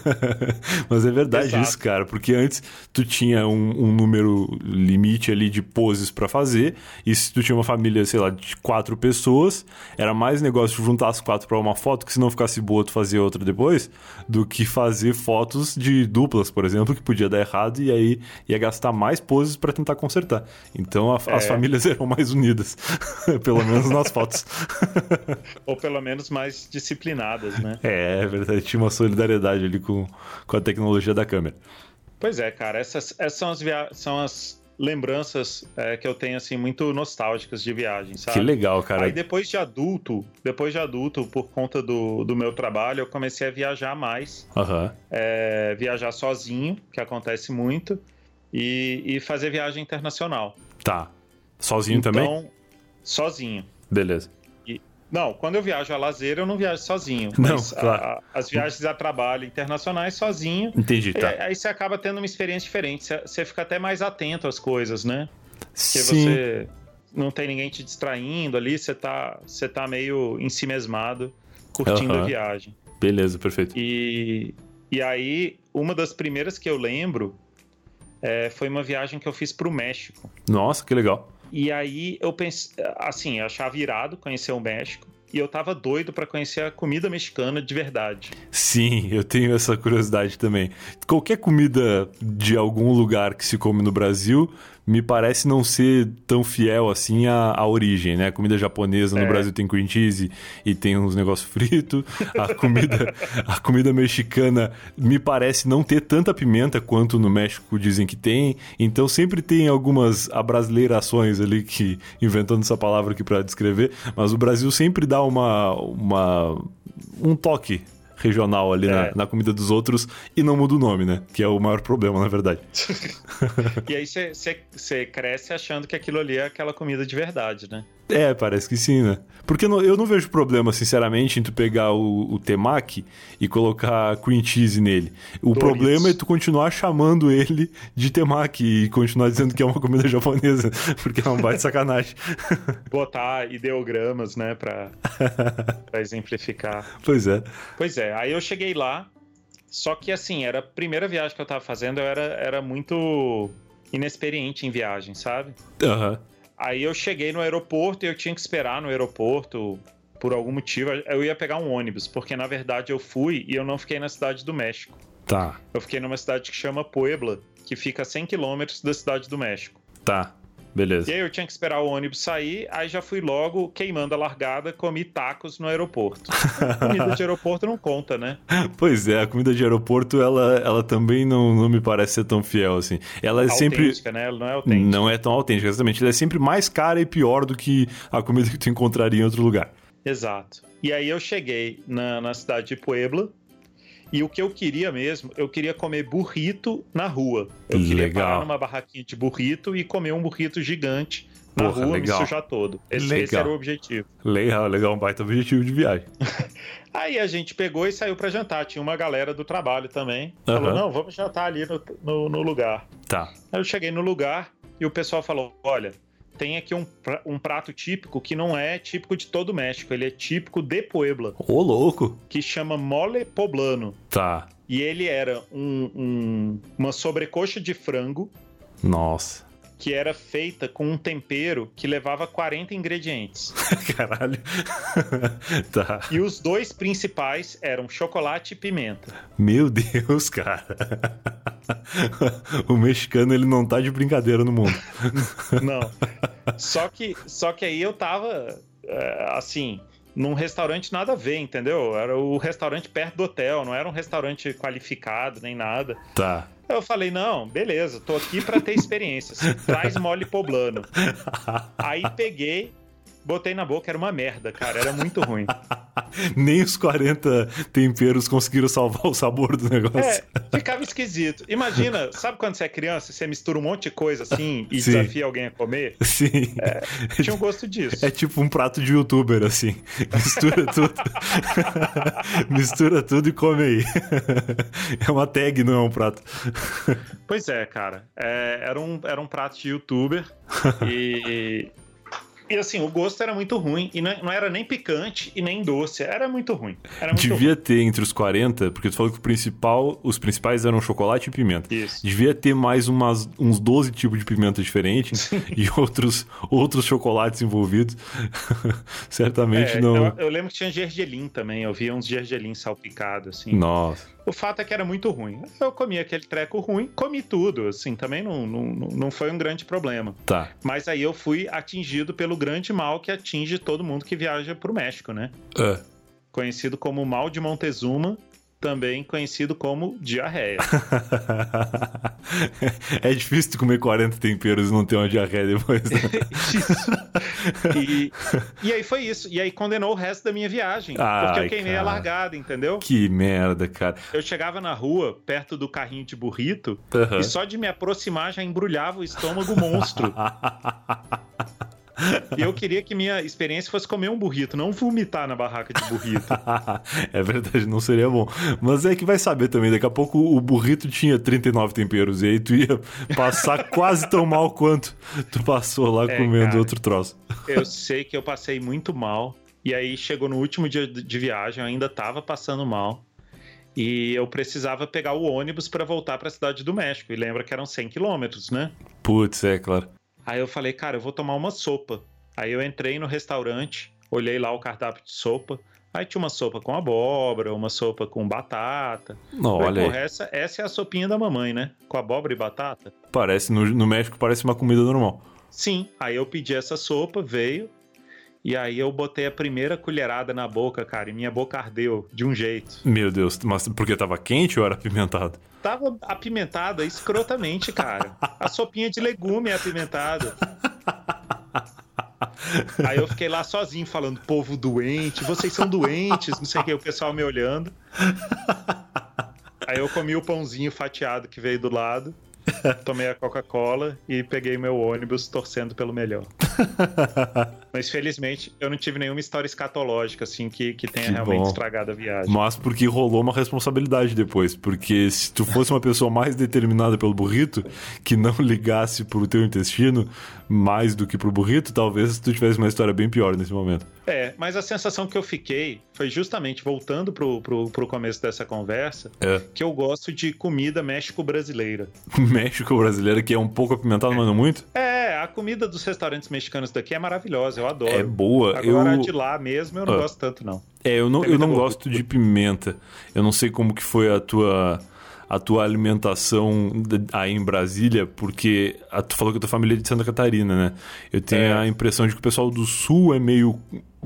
Speaker 2: Mas é verdade
Speaker 3: Exato.
Speaker 2: isso, cara, porque antes tu tinha um, um número limite ali de poses pra fazer, e se tu tinha uma família, sei lá, de quatro pessoas, era mais negócio juntar as quatro pra uma foto, que se não ficasse boa tu fazia outra depois, do que fazer fotos de duplas, por exemplo, que podia dar errado e aí ia gastar mais poses pra tentar consertar. Então a- as
Speaker 3: É.
Speaker 2: famílias *laughs* eram mais unidas, pelo menos nas fotos.
Speaker 3: Ou pelo menos mais disciplinadas, né?
Speaker 2: É, é verdade, tinha uma solidariedade ali com, com a tecnologia da câmera.
Speaker 3: Pois é, cara, essas, essas são, as via- são as lembranças é, que eu tenho, assim, muito nostálgicas de viagem, sabe?
Speaker 2: Que legal, cara.
Speaker 3: Aí depois de adulto, depois de adulto, por conta do, do meu trabalho, eu comecei a viajar mais.
Speaker 2: Aham.
Speaker 3: É, viajar sozinho, que acontece muito, e, e fazer viagem internacional.
Speaker 2: Tá. Sozinho também?
Speaker 3: Então, sozinho.
Speaker 2: Beleza.
Speaker 3: Não, quando eu viajo a lazer, eu não viajo sozinho.
Speaker 2: Não,
Speaker 3: mas a-
Speaker 2: claro.
Speaker 3: a- as viagens a trabalho internacionais sozinho.
Speaker 2: Entendi,
Speaker 3: e
Speaker 2: tá.
Speaker 3: aí você acaba tendo uma experiência diferente. Você- Você fica até mais atento às coisas, né? Porque
Speaker 2: Sim.
Speaker 3: você não tem ninguém te distraindo ali, você tá, você tá meio em si mesmado, curtindo a
Speaker 2: Aham.
Speaker 3: viagem.
Speaker 2: Beleza, perfeito.
Speaker 3: E, e aí, uma das primeiras que eu lembro é, foi uma viagem que eu fiz pro México.
Speaker 2: Nossa, que legal.
Speaker 3: E aí eu pensei, assim, eu achava irado conhecer o México. E eu tava doido pra conhecer a comida mexicana de verdade.
Speaker 2: Sim, eu tenho essa curiosidade também. Qualquer comida de algum lugar que se come no Brasil me parece não ser tão fiel assim à, à origem, né? A comida japonesa no
Speaker 3: É.
Speaker 2: Brasil tem cream cheese e tem uns negócios *laughs* fritos. A comida, a comida mexicana me parece não ter tanta pimenta quanto no México dizem que tem. Então sempre tem algumas abrasileirações ali que inventando essa palavra aqui pra descrever, mas o Brasil sempre dá uma, uma um toque regional ali na,
Speaker 3: É.
Speaker 2: na comida dos outros e não muda o nome, né? Que é o maior problema, na verdade.
Speaker 3: E aí você- você você cresce achando que aquilo ali é aquela comida de verdade, né?
Speaker 2: É, parece que sim, né? Porque não- eu não vejo problema, sinceramente, em tu pegar o, o temaki e colocar cream cheese nele. O
Speaker 3: Doritos.
Speaker 2: problema é tu continuar chamando ele de temaki e continuar dizendo que é uma comida *laughs* japonesa, porque é uma baita sacanagem.
Speaker 3: Botar ideogramas, né,
Speaker 2: *laughs*
Speaker 3: pra, pra exemplificar.
Speaker 2: pois é.
Speaker 3: Pois é, aí eu cheguei lá, só que assim, era a primeira viagem que eu tava fazendo, eu era, era muito inexperiente em viagem, sabe?
Speaker 2: Aham.
Speaker 3: Aí eu cheguei no aeroporto e eu tinha que esperar no aeroporto por algum motivo. Eu ia pegar um ônibus, porque na verdade eu fui e eu não fiquei na cidade do México.
Speaker 2: Tá,
Speaker 3: Eu fiquei numa cidade que chama Puebla, que fica a 100 quilômetros da cidade do México.
Speaker 2: tá.
Speaker 3: E
Speaker 2: Beleza.
Speaker 3: aí eu tinha que esperar o ônibus sair, aí já fui logo queimando a largada, comi tacos no aeroporto. Comida de aeroporto não conta, né?
Speaker 2: Pois é, a comida de aeroporto, ela, ela também não, não me parece ser tão fiel assim. Ela é sempre.
Speaker 3: Autêntica, né? Ela não é autêntica.
Speaker 2: Não é tão autêntica, exatamente. Ela é sempre mais cara e pior do que a comida que tu encontraria em outro lugar.
Speaker 3: Exato. E aí eu cheguei na, na cidade de Puebla e o que eu queria mesmo, eu queria comer burrito na rua. Eu queria
Speaker 2: Legal.
Speaker 3: parar numa barraquinha de burrito e comer um burrito gigante na
Speaker 2: Porra,
Speaker 3: rua,
Speaker 2: legal.
Speaker 3: me sujar todo. Esse,
Speaker 2: Legal.
Speaker 3: esse era o objetivo.
Speaker 2: Legal, legal, um baita objetivo de viagem.
Speaker 3: Aí a gente pegou e saiu pra jantar. Tinha uma galera do trabalho também.
Speaker 2: Aham.
Speaker 3: Falou, não, vamos jantar ali no, no- no lugar.
Speaker 2: Tá.
Speaker 3: Aí eu cheguei no lugar e o pessoal falou, olha... Tem aqui um, pra- um prato típico que não é típico de todo o México, ele é típico de Puebla,
Speaker 2: Ô, louco.
Speaker 3: que chama mole poblano.
Speaker 2: Tá.
Speaker 3: E ele era um- um- uma sobrecoxa de frango
Speaker 2: Nossa.
Speaker 3: que era feita com um tempero que levava 40 ingredientes.
Speaker 2: *laughs* Caralho. *laughs* tá.
Speaker 3: E os dois principais eram chocolate e pimenta.
Speaker 2: Meu Deus, cara. *laughs* o mexicano, ele não tá de brincadeira no mundo.
Speaker 3: Não. só, que, só que aí eu tava, é, assim, num restaurante nada a ver, entendeu? Era o restaurante perto do hotel, não era um restaurante qualificado nem nada.
Speaker 2: Tá.
Speaker 3: Eu falei, não, beleza, tô aqui pra ter experiências. Traz
Speaker 2: *laughs*
Speaker 3: mole poblano. Aí peguei, botei na boca, era uma merda, cara, era
Speaker 2: *laughs*
Speaker 3: muito ruim.
Speaker 2: Nem os 40 temperos conseguiram salvar o sabor do negócio.
Speaker 3: É, ficava esquisito. Imagina, sabe quando você é criança e você mistura um monte de coisa assim e
Speaker 2: Sim.
Speaker 3: desafia alguém a comer?
Speaker 2: Sim.
Speaker 3: Tinha um gosto disso.
Speaker 2: É tipo um prato de youtuber, assim. Mistura tudo. *laughs* Mistura tudo e come aí. *laughs* é uma tag, não é um prato.
Speaker 3: Pois é, cara. É, era, um, era um prato de youtuber e. E assim, o gosto era muito ruim. E não, não era nem picante e nem doce. Era muito ruim. Era É muito ruim.
Speaker 2: Devia ter entre os 40, porque tu falou que o principal, os principais eram chocolate e pimenta.
Speaker 3: Isso.
Speaker 2: Devia ter mais umas, uns 12 tipos de pimenta
Speaker 3: *laughs*
Speaker 2: diferentes e outros, outros chocolates envolvidos. *laughs* Certamente
Speaker 3: É,
Speaker 2: não.
Speaker 3: eu, eu lembro que tinha gergelim também. Eu via uns gergelim
Speaker 2: Hum.
Speaker 3: salpicados, assim.
Speaker 2: Nossa.
Speaker 3: O fato é que era muito ruim. Eu comi aquele treco ruim, comi tudo, assim, também não, não, não foi um grande problema.
Speaker 2: Tá.
Speaker 3: Mas aí eu fui atingido pelo grande mal que atinge todo mundo que viaja pro México, né?
Speaker 2: Ah. *laughs*
Speaker 3: Conhecido como mal de Montezuma, também conhecido como
Speaker 2: *laughs*
Speaker 3: diarreia.
Speaker 2: é difícil tu comer 40 temperos e não ter uma diarreia
Speaker 3: *laughs*
Speaker 2: depois. né?
Speaker 3: e, e aí foi isso. E aí condenou o resto da minha viagem.
Speaker 2: Ai,
Speaker 3: porque eu queimei
Speaker 2: cara.
Speaker 3: a largada, entendeu?
Speaker 2: que merda, cara.
Speaker 3: Eu chegava na rua, perto do carrinho de burrito,
Speaker 2: Aham. *laughs*
Speaker 3: e só de me aproximar já embrulhava o estômago monstro. E eu queria que minha experiência fosse comer um burrito, não vomitar na barraca de burrito.
Speaker 2: *laughs* é verdade, não seria bom. Mas é que vai saber também, daqui a pouco o burrito tinha 39 temperos e aí tu ia
Speaker 3: *laughs*
Speaker 2: passar quase tão mal quanto tu passou lá
Speaker 3: É,
Speaker 2: comendo
Speaker 3: cara.
Speaker 2: outro troço.
Speaker 3: Eu sei que eu passei muito mal. E aí chegou no último dia de de viagem, eu ainda tava passando mal. E eu precisava pegar o ônibus pra voltar pra cidade do México. E lembra que eram 100 quilômetros, né?
Speaker 2: Putz, é claro.
Speaker 3: Aí eu falei, cara, eu vou tomar uma sopa. Aí eu entrei no restaurante, olhei lá o cardápio de sopa. Aí tinha uma sopa com abóbora, uma sopa com batata.
Speaker 2: Não, olha
Speaker 3: Falei, "Porra,
Speaker 2: aí.
Speaker 3: essa, essa é a sopinha da mamãe, né? Com abóbora e batata.
Speaker 2: Parece, no, no México parece uma comida normal.
Speaker 3: Sim, aí eu pedi essa sopa, veio. E aí eu botei a primeira colherada na boca, cara, e minha boca ardeu de um jeito.
Speaker 2: Meu Deus, mas porque tava quente ou era apimentado?
Speaker 3: Tava apimentada escrotamente, cara. A sopinha de legume é apimentada. Aí eu fiquei lá sozinho falando, povo doente, vocês são doentes, não sei o que, o pessoal me olhando. Aí eu comi o pãozinho fatiado que veio do lado, tomei a Coca-Cola e peguei meu ônibus torcendo pelo melhor. Mas felizmente eu não tive nenhuma história escatológica, assim, que, que tenha
Speaker 2: Que
Speaker 3: realmente
Speaker 2: bom.
Speaker 3: estragado a viagem.
Speaker 2: Mas porque rolou uma responsabilidade depois. Porque se tu fosse uma pessoa mais determinada pelo burrito, que não ligasse pro teu intestino mais do que pro burrito, talvez tu tivesse uma história bem pior nesse momento.
Speaker 3: É, mas a sensação que eu fiquei foi justamente voltando pro, pro, pro começo dessa conversa,
Speaker 2: É.
Speaker 3: que eu gosto de comida méxico-brasileira.
Speaker 2: *laughs* México brasileiro, que é um pouco apimentado, mas não muito,
Speaker 3: É, a comida dos restaurantes mexicanos daqui é maravilhosa, eu adoro.
Speaker 2: é boa.
Speaker 3: Agora a
Speaker 2: eu...
Speaker 3: de lá tá mesmo eu não
Speaker 2: Ah.
Speaker 3: gosto tanto, não.
Speaker 2: É, eu não,
Speaker 3: Tem
Speaker 2: eu não
Speaker 3: muita
Speaker 2: gosto de pimenta. Eu não sei como que foi a tua, a tua alimentação de- aí em Brasília, porque a- tu falou que a tua família é de Santa Catarina, né? Eu tenho
Speaker 3: É.
Speaker 2: a impressão de que o pessoal do Sul é meio...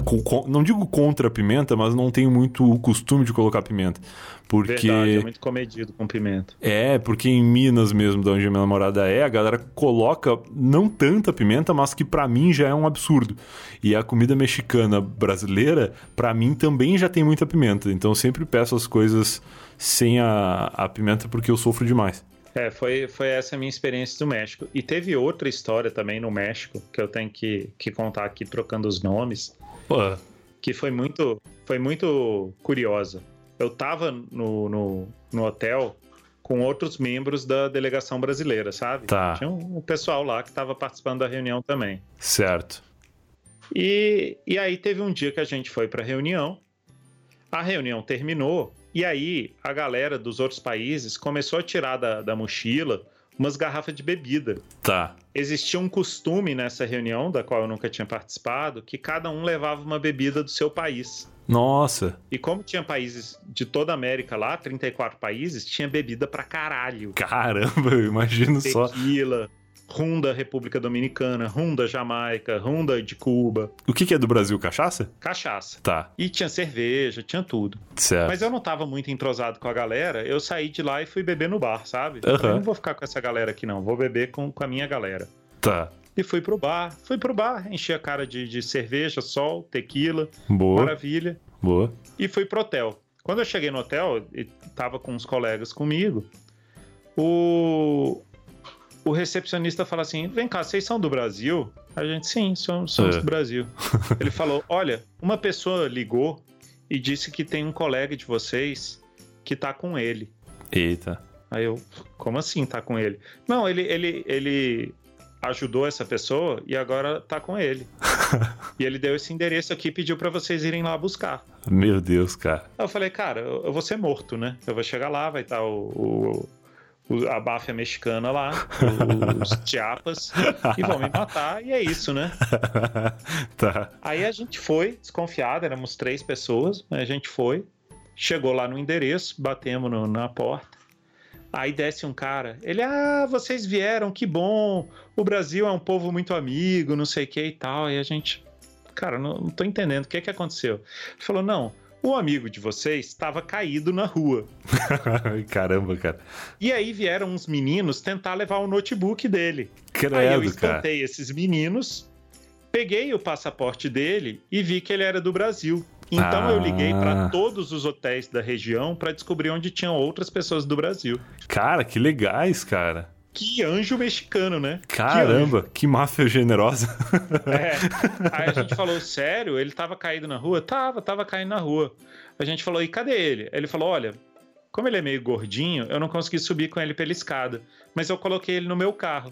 Speaker 2: co- co- Não digo contra a pimenta, mas não tem muito o costume de colocar pimenta. Porque...
Speaker 3: Verdade, é muito comedido com pimenta.
Speaker 2: É, porque em Minas mesmo, de onde a minha namorada é, a galera coloca não tanta pimenta, mas que pra mim já é um absurdo. E a comida mexicana brasileira, pra mim também já tem muita pimenta. Então eu sempre peço as coisas sem a, a pimenta porque eu sofro demais.
Speaker 3: É, foi, foi essa a minha experiência do México. E teve outra história também no México, que eu tenho que, que contar aqui trocando os nomes, que foi muito, foi muito curiosa. Eu tava no, no, no hotel com outros membros da delegação brasileira, sabe?
Speaker 2: Tá.
Speaker 3: Tinha um, um pessoal lá que tava participando da reunião também.
Speaker 2: Certo.
Speaker 3: E, e aí teve um dia que a gente foi pra reunião, a reunião terminou, e aí a galera dos outros países começou a tirar da, da mochila umas garrafas de bebida.
Speaker 2: Tá.
Speaker 3: Existia um costume nessa reunião, da qual eu nunca tinha participado, que cada um levava uma bebida do seu país.
Speaker 2: Nossa.
Speaker 3: E como tinha países de toda a América lá, 34 países, tinha bebida pra caralho.
Speaker 2: Caramba, eu imagino só.
Speaker 3: Tequila, rum da República Dominicana, rum da Jamaica, rum da- de Cuba,
Speaker 2: O que, que é do Brasil? Cachaça?
Speaker 3: cachaça.
Speaker 2: Tá.
Speaker 3: E tinha cerveja, tinha tudo.
Speaker 2: Certo.
Speaker 3: Mas eu não tava muito entrosado com a galera, eu saí de lá e fui beber no bar, sabe?
Speaker 2: Aham.
Speaker 3: Eu não vou ficar com essa galera aqui não, vou beber com, com a minha galera.
Speaker 2: Tá.
Speaker 3: E fui pro bar, fui pro bar, enchi a cara de, de cerveja, sol, tequila,
Speaker 2: Boa.
Speaker 3: maravilha.
Speaker 2: Boa.
Speaker 3: E fui pro hotel. Quando eu cheguei no hotel, e tava com uns colegas comigo, o, o recepcionista fala assim: vem cá, vocês são do Brasil? A gente, sim, somos, somos
Speaker 2: É.
Speaker 3: do Brasil. Ele falou: olha, uma pessoa ligou e disse que tem um colega de vocês que tá com ele.
Speaker 2: Eita.
Speaker 3: Aí eu, como assim tá com ele? Não, ele, ele, ele ajudou essa pessoa e agora tá com ele. e ele deu esse endereço aqui e pediu pra vocês irem lá buscar.
Speaker 2: Meu Deus, cara. *laughs*
Speaker 3: Aí eu falei, cara, eu, eu vou ser morto, né? Eu vou chegar lá, vai estar o, o- o- a máfia mexicana lá, o- os chiapas, e vão me matar, e é isso, né?
Speaker 2: tá.
Speaker 3: Aí a gente foi, desconfiado, éramos três pessoas, mas a gente foi, chegou lá no endereço, batemos no- na porta. Aí desce um cara, ele, ah, vocês vieram, que bom, o Brasil é um povo muito amigo, não sei o que e tal. Aí a gente, cara, não, não tô entendendo, o que que aconteceu? Ele falou, não, o amigo de vocês estava caído na rua.
Speaker 2: Caramba, cara.
Speaker 3: E aí vieram uns meninos tentar levar o notebook dele. Aí eu
Speaker 2: Credo, cara.
Speaker 3: espantei esses meninos, peguei o passaporte dele e vi que ele era do Brasil. Então
Speaker 2: Ah.
Speaker 3: eu liguei para todos os hotéis da região para descobrir onde tinham outras pessoas do Brasil.
Speaker 2: Cara, que legais, cara.
Speaker 3: Que anjo mexicano, né? Que anjo.
Speaker 2: Caramba, que, máfia generosa. *laughs*
Speaker 3: É. Aí a gente falou, sério? Ele tava caído na rua? Tava, tava caindo na rua. A gente falou, e cadê ele? Ele falou, olha, como ele é meio gordinho, eu não consegui subir com ele pela escada, mas eu coloquei ele no meu carro.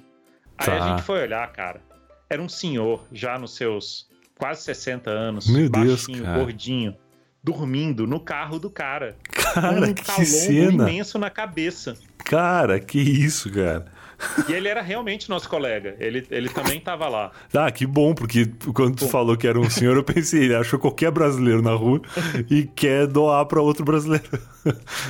Speaker 3: Aí
Speaker 2: Tá.
Speaker 3: a gente foi olhar, cara. Era um senhor, já nos seus quase 60 anos,
Speaker 2: Meu Deus,
Speaker 3: baixinho,
Speaker 2: cara.
Speaker 3: gordinho, dormindo no carro do cara. com
Speaker 2: Cara,
Speaker 3: um
Speaker 2: que
Speaker 3: calombo
Speaker 2: cena.
Speaker 3: imenso na cabeça.
Speaker 2: Cara, que isso, cara.
Speaker 3: E ele era realmente nosso colega. Ele, ele também tava lá.
Speaker 2: Ah, que bom, porque quando tu falou que era um senhor, eu pensei, ele achou qualquer brasileiro na
Speaker 3: *laughs*
Speaker 2: rua e quer doar pra outro brasileiro.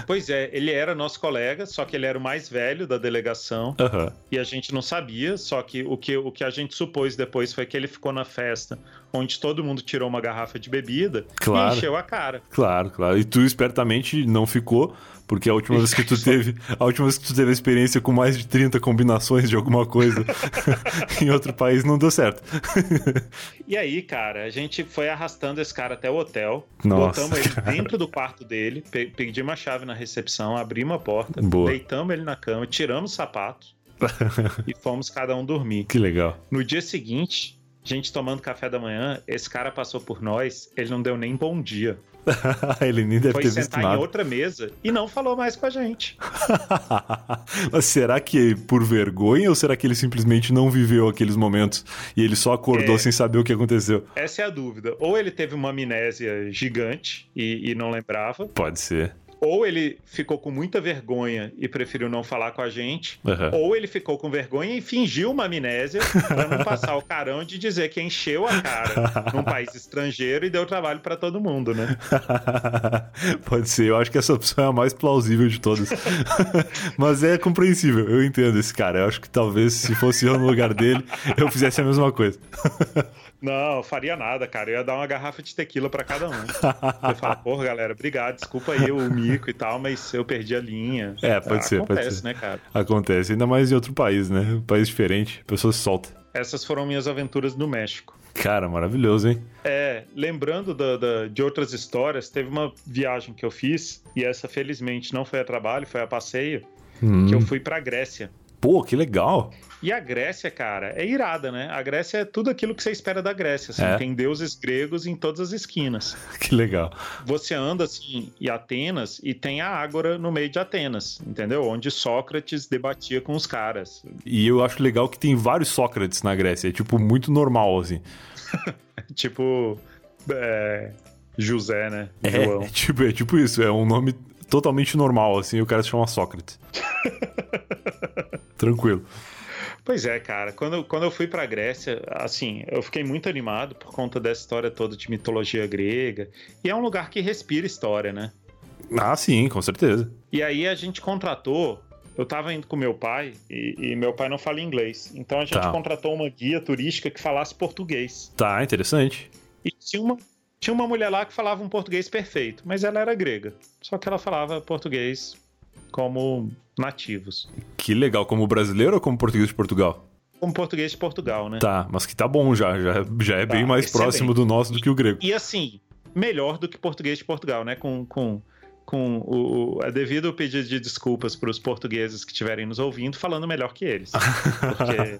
Speaker 3: Pois é, ele era nosso colega, só que ele era o mais velho da delegação
Speaker 2: Aham.
Speaker 3: e a gente não sabia, só que o que, o que a gente supôs depois foi que ele ficou na festa onde todo mundo tirou uma garrafa de bebida
Speaker 2: Claro.
Speaker 3: e encheu a cara.
Speaker 2: Claro, claro. E tu espertamente não ficou, porque a última vez que tu teve, a última vez que tu teve experiência com mais de 30 combinações de alguma
Speaker 3: *laughs*
Speaker 2: coisa *laughs* em outro país, não deu certo.
Speaker 3: E aí, cara, a gente foi arrastando esse cara até o hotel.
Speaker 2: Nossa,
Speaker 3: botamos ele dentro do quarto dele, pe- pedimos a chave na recepção, abrimos a porta,
Speaker 2: Boa.
Speaker 3: deitamos ele na cama, tiramos os sapatos
Speaker 2: *laughs*
Speaker 3: e fomos cada um dormir.
Speaker 2: Que legal.
Speaker 3: No dia seguinte, a gente tomando café da manhã, esse cara passou por nós, ele não deu nem bom dia.
Speaker 2: *laughs* Ele nem deve
Speaker 3: foi
Speaker 2: ter visto
Speaker 3: sentar em
Speaker 2: nada.
Speaker 3: outra mesa e não falou mais com a gente.
Speaker 2: *laughs* Mas será que por vergonha ou será que ele simplesmente não viveu aqueles momentos e ele só acordou
Speaker 3: É.
Speaker 2: sem saber o que aconteceu?
Speaker 3: Essa é a dúvida. Ou ele teve uma amnésia gigante e- e não lembrava,
Speaker 2: Pode ser.
Speaker 3: ou ele ficou com muita vergonha e preferiu não falar com a gente,
Speaker 2: Aham.
Speaker 3: ou ele ficou com vergonha e fingiu uma amnésia pra não passar o carão de dizer que encheu a cara num país estrangeiro e deu trabalho pra todo mundo, né?
Speaker 2: *laughs* Pode ser, eu acho que essa opção é a mais plausível de todas. *laughs* Mas é compreensível, eu entendo esse cara. Eu acho que talvez se fosse eu no lugar dele, eu fizesse a mesma coisa.
Speaker 3: Não, eu faria nada, cara. Eu ia dar uma garrafa de tequila pra cada um. Eu ia falar, porra, galera, obrigado, desculpa aí o mico e tal, mas eu perdi a linha.
Speaker 2: É, pode ser, pode
Speaker 3: Acontece,
Speaker 2: ser.
Speaker 3: né, cara?
Speaker 2: Acontece, ainda mais em outro país, né? Um país diferente, a pessoa se solta.
Speaker 3: Essas foram minhas aventuras no México.
Speaker 2: Cara, maravilhoso, hein?
Speaker 3: É, lembrando da- da- de outras histórias, teve uma viagem que eu fiz, e essa felizmente não foi a trabalho, foi a passeio,
Speaker 2: Hum.
Speaker 3: que eu fui pra Grécia.
Speaker 2: Pô, que legal. *laughs*
Speaker 3: E a Grécia, cara, é irada, né? A Grécia é tudo aquilo que você espera da Grécia. assim,
Speaker 2: É.
Speaker 3: Tem deuses gregos em todas as esquinas.
Speaker 2: Que legal.
Speaker 3: Você anda assim em Atenas e tem a Ágora no meio de Atenas, entendeu? Onde Sócrates debatia com os caras. *laughs*
Speaker 2: E eu acho legal que tem vários Sócrates na Grécia. É tipo muito normal, assim.
Speaker 3: Tipo. é, José, né?
Speaker 2: É, é tipo, é tipo isso, é um nome totalmente normal, assim, e o cara se chama *laughs* Sócrates. Tranquilo.
Speaker 3: Pois é, cara. Quando, quando eu fui pra Grécia, assim, eu fiquei muito animado por conta dessa história toda de mitologia grega. E é um lugar que respira história, né?
Speaker 2: Ah, sim, com certeza.
Speaker 3: E aí a gente contratou. Eu tava indo com meu pai e, e meu pai não fala inglês. Então a gente
Speaker 2: Tá.
Speaker 3: contratou uma guia turística que falasse português.
Speaker 2: Tá, interessante.
Speaker 3: E tinha uma, tinha uma mulher lá que falava um português perfeito, mas ela era grega. Só que ela falava português como nativos.
Speaker 2: Que legal, como brasileiro ou como português de Portugal?
Speaker 3: Como Um português de Portugal, né?
Speaker 2: Tá, mas que tá bom já, já, já é
Speaker 3: Tá,
Speaker 2: bem mais
Speaker 3: excelente.
Speaker 2: próximo do nosso do que o grego.
Speaker 3: E assim, melhor do que português de Portugal, né? Com, com, com o, o- é devido ao pedido de desculpas para os portugueses que estiverem nos ouvindo, falando melhor que eles. Porque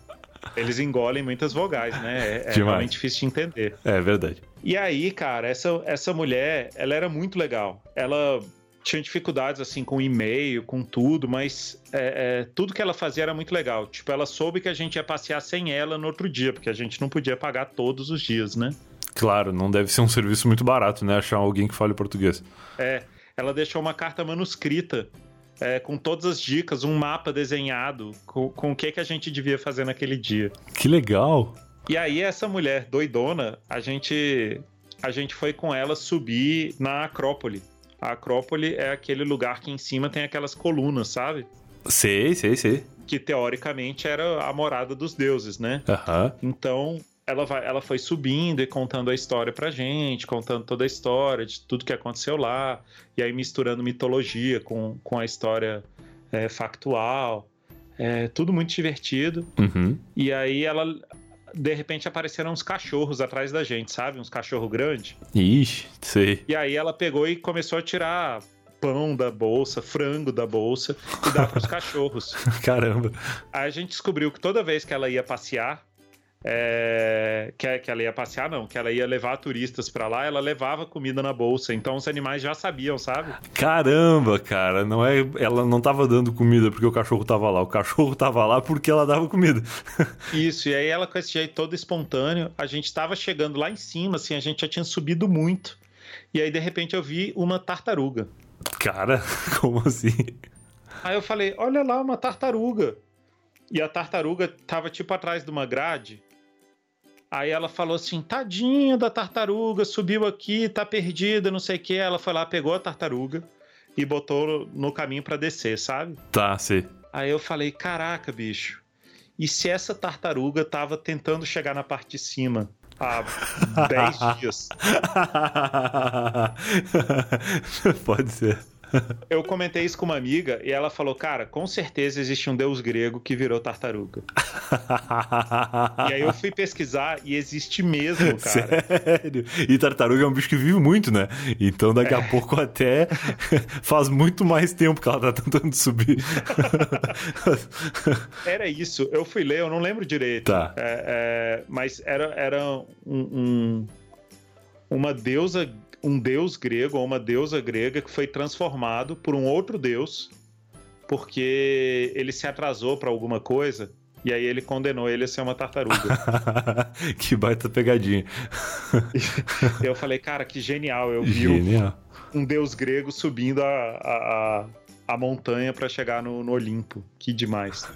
Speaker 3: eles engolem muitas vogais, né? É, é
Speaker 2: Demais.
Speaker 3: realmente difícil de entender.
Speaker 2: É verdade.
Speaker 3: E aí, cara, essa, essa mulher, ela era muito legal. Ela tinha dificuldades, assim, com e-mail, com tudo, mas é, é, tudo que ela fazia era muito legal. Tipo, ela soube que a gente ia passear sem ela no outro dia, porque a gente não podia pagar todos os dias, né?
Speaker 2: Claro, não deve ser um serviço muito barato, né? Achar alguém que fale português.
Speaker 3: É, ela deixou uma carta manuscrita é, com todas as dicas, um mapa desenhado com, com o que, que a gente devia fazer naquele dia.
Speaker 2: Que legal.
Speaker 3: E aí essa mulher doidona, a gente a gente foi com ela subir na Acrópole. A Acrópole é aquele lugar que em cima tem aquelas colunas, sabe?
Speaker 2: Sei, sei, sei.
Speaker 3: Que teoricamente era a morada dos deuses, né?
Speaker 2: Aham.
Speaker 3: Então, ela, vai, ela foi subindo e contando a história pra gente, contando toda a história de tudo que aconteceu lá, e aí misturando mitologia com, com a história é, factual. É, tudo muito divertido.
Speaker 2: Uhum.
Speaker 3: E aí ela. De repente apareceram uns cachorros atrás da gente, sabe? Uns cachorro grande.
Speaker 2: Ixi, sei. *laughs*
Speaker 3: E aí ela pegou e começou a tirar pão da bolsa, frango da bolsa e dar pros cachorros.
Speaker 2: Caramba.
Speaker 3: Aí a gente descobriu que toda vez que ela ia passear, é, que, que ela ia passear, não, que ela ia levar turistas pra lá, ela levava comida na bolsa. Então os animais já sabiam, sabe?
Speaker 2: Caramba, cara, não é, ela não tava dando comida porque o cachorro tava lá, o cachorro tava lá porque ela dava comida.
Speaker 3: Isso, e aí ela com esse jeito todo espontâneo, a gente tava chegando lá em cima, assim, a gente já tinha subido muito. E aí, de repente, eu vi uma tartaruga.
Speaker 2: Cara, *laughs* como assim?
Speaker 3: Aí eu falei, olha lá, uma tartaruga. E a tartaruga tava tipo atrás de uma grade. Aí ela falou assim, tadinha da tartaruga, subiu aqui, tá perdida, não sei o que. Ela foi lá, pegou a tartaruga e botou no caminho pra descer, sabe?
Speaker 2: Tá, sei.
Speaker 3: Aí eu falei, caraca, bicho. E se essa tartaruga tava tentando chegar na parte de cima há 10 dias?
Speaker 2: *laughs* Pode ser.
Speaker 3: Eu comentei isso com uma amiga e ela falou: Cara, com certeza existe um deus grego que virou tartaruga. E
Speaker 2: *laughs*
Speaker 3: aí eu fui pesquisar e existe mesmo, cara.
Speaker 2: Sério? E tartaruga é um bicho que vive muito, né? Então daqui
Speaker 3: É.
Speaker 2: a pouco até *laughs* faz muito mais tempo que ela tá tentando subir. *laughs*
Speaker 3: Era isso. Eu fui ler, eu não lembro direito.
Speaker 2: Tá. *laughs*
Speaker 3: É, é, mas era, era um- um- uma deusa, um deus grego ou uma deusa grega que foi transformado por um outro deus porque ele se atrasou pra alguma coisa e aí ele condenou ele a ser uma tartaruga.
Speaker 2: que baita pegadinha.
Speaker 3: E eu falei, cara, que genial! Eu vi o-
Speaker 2: Genial.
Speaker 3: um deus grego subindo a, a, a- a montanha pra chegar no, no Olimpo. Que demais.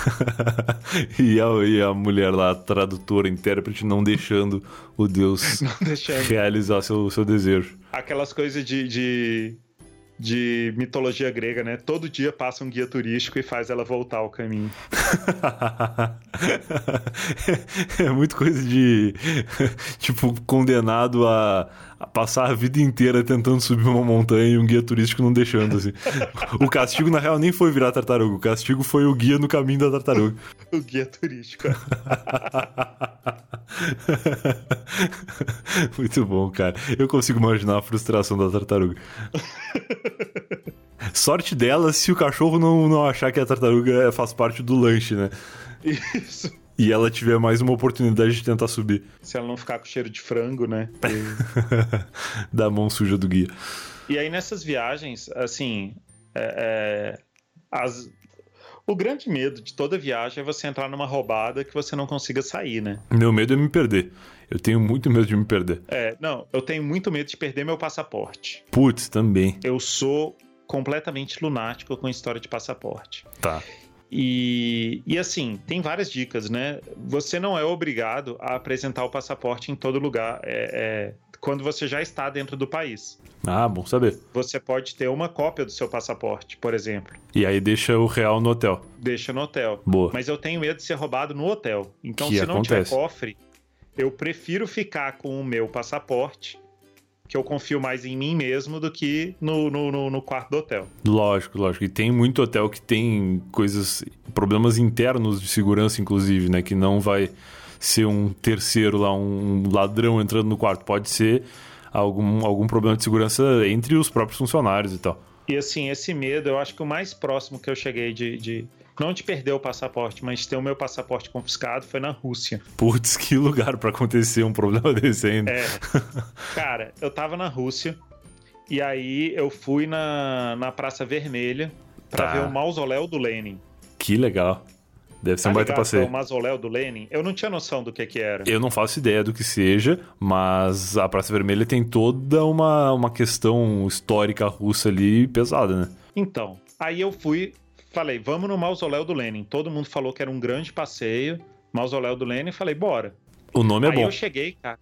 Speaker 3: *laughs*
Speaker 2: *laughs* e, a, e a mulher lá, a tradutora, intérprete, não deixando o Deus
Speaker 3: Não deixando.
Speaker 2: realizar seu, seu desejo. *laughs*
Speaker 3: aquelas coisas de, de, de mitologia grega, né? Todo dia passa um guia turístico e faz ela voltar ao caminho. *laughs*
Speaker 2: é muito coisa de. *laughs* Tipo, condenado a, a passar a vida inteira tentando subir uma montanha e um guia turístico não deixando, assim. o castigo, na real, nem foi virar tartaruga. O castigo foi o guia no caminho da tartaruga.
Speaker 3: O guia turístico.
Speaker 2: *laughs* Muito bom, cara. Eu consigo imaginar a frustração da tartaruga. Sorte dela se o cachorro não, não achar que a tartaruga é, faz parte do lanche, né?
Speaker 3: Isso.
Speaker 2: E ela tiver mais uma oportunidade de tentar subir
Speaker 3: Se ela não ficar com cheiro de frango, né?
Speaker 2: da mão suja do guia.
Speaker 3: E, e aí nessas viagens, assim. é- é, as- o grande medo de toda viagem é você entrar numa roubada que você não consiga sair, né?
Speaker 2: Meu medo é me perder. Eu tenho muito medo de me perder.
Speaker 3: É, não, eu tenho muito medo de perder meu passaporte.
Speaker 2: Putz, também.
Speaker 3: Eu sou completamente lunático com história de passaporte.
Speaker 2: Tá.
Speaker 3: E, e, assim, tem várias dicas, né? Você não é obrigado a apresentar o passaporte em todo lugar. é- é, quando você já está dentro do país.
Speaker 2: Ah, bom saber.
Speaker 3: Você pode ter uma cópia do seu passaporte, por exemplo.
Speaker 2: E aí deixa o real no hotel.
Speaker 3: Deixa no hotel.
Speaker 2: Boa.
Speaker 3: Mas eu tenho medo de ser roubado no hotel. Então,
Speaker 2: Que
Speaker 3: se não
Speaker 2: acontece.
Speaker 3: tiver cofre, eu prefiro ficar com o meu passaporte, que eu confio mais em mim mesmo do que no, no- no- no quarto do hotel.
Speaker 2: Lógico, lógico. E tem muito hotel que tem coisas, problemas internos de segurança, inclusive, né? Que não vai ser um terceiro lá, um ladrão entrando no quarto. Pode ser algum, algum problema de segurança entre os próprios funcionários e tal.
Speaker 3: E assim, esse medo, eu acho que o mais próximo que eu cheguei de. de- não de perder o passaporte, mas de ter o meu passaporte confiscado foi na Rússia.
Speaker 2: Putz, que lugar pra acontecer um problema *laughs* desse ainda.
Speaker 3: É. Cara, eu tava na Rússia e aí eu fui na, na Praça Vermelha pra
Speaker 2: Tá.
Speaker 3: ver o mausoléu do Lenin.
Speaker 2: Que legal. Deve ser
Speaker 3: Tá
Speaker 2: um baita
Speaker 3: ligado que é
Speaker 2: passeio.
Speaker 3: O mausoléu do Lenin, eu não tinha noção do que que era.
Speaker 2: Eu não faço ideia do que seja, mas a Praça Vermelha tem toda uma, uma questão histórica russa ali pesada, né?
Speaker 3: Então, aí eu fui, falei, vamos no mausoléu do Lenin. Todo mundo falou que era um grande passeio, mausoléu do Lenin, falei, bora.
Speaker 2: O nome é
Speaker 3: aí
Speaker 2: bom.
Speaker 3: eu cheguei, cara.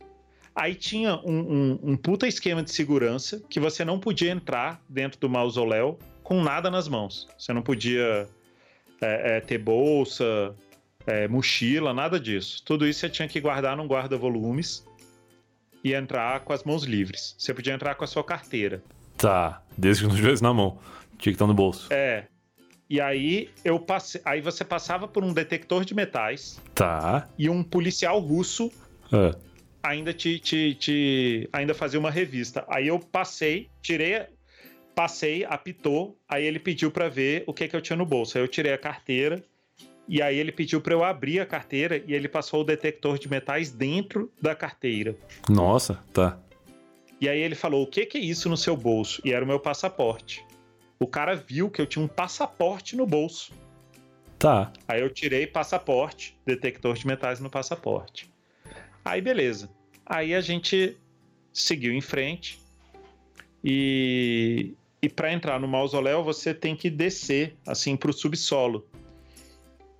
Speaker 3: Aí tinha um, um- um puta esquema de segurança que você não podia entrar dentro do mausoléu com nada nas mãos. Você não podia é, é, ter bolsa, é, mochila, nada disso. Tudo isso você tinha que guardar num guarda-volumes e entrar com as mãos livres. Você podia entrar com a sua carteira.
Speaker 2: Tá, desde que não tivesse na mão. Tinha que estar no bolso.
Speaker 3: É. E aí eu passe... aí você passava por um detector de metais
Speaker 2: Tá.
Speaker 3: e um policial russo
Speaker 2: É.
Speaker 3: ainda te, te, te- ainda fazia uma revista. Aí eu passei, tirei, a- passei, apitou, aí ele pediu pra ver o que que eu tinha no bolso. Aí eu tirei a carteira e aí ele pediu pra eu abrir a carteira e ele passou o detector de metais dentro da carteira.
Speaker 2: Nossa, tá.
Speaker 3: E aí ele falou: "O que que é isso no seu bolso?" E era o meu passaporte. O cara viu que eu tinha um passaporte no bolso.
Speaker 2: Tá.
Speaker 3: Aí eu tirei passaporte, detector de metais no passaporte. Aí beleza. Aí a gente seguiu em frente. E, e para entrar no mausoléu, você tem que descer assim para o subsolo.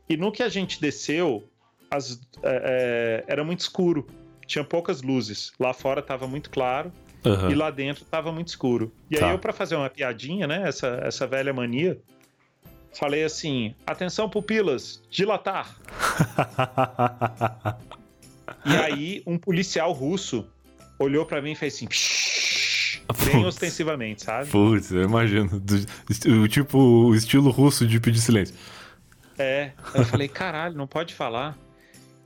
Speaker 3: E no que a gente desceu, as- é, é, era muito escuro. Tinha poucas luzes. Lá fora estava muito claro
Speaker 2: Aham.
Speaker 3: e lá dentro tava muito escuro. E
Speaker 2: Ah. Tá.
Speaker 3: aí eu, pra fazer uma piadinha, né, essa, essa velha mania, falei assim, atenção pupilas, dilatar.
Speaker 2: *laughs*
Speaker 3: E aí um policial russo olhou pra mim e fez assim, "Psh". bem ostensivamente,
Speaker 2: *laughs*
Speaker 3: sabe?
Speaker 2: Putz, eu imagino. Do- o tipo, o estilo russo de pedir silêncio.
Speaker 3: É. Aí eu falei, caralho, não pode falar.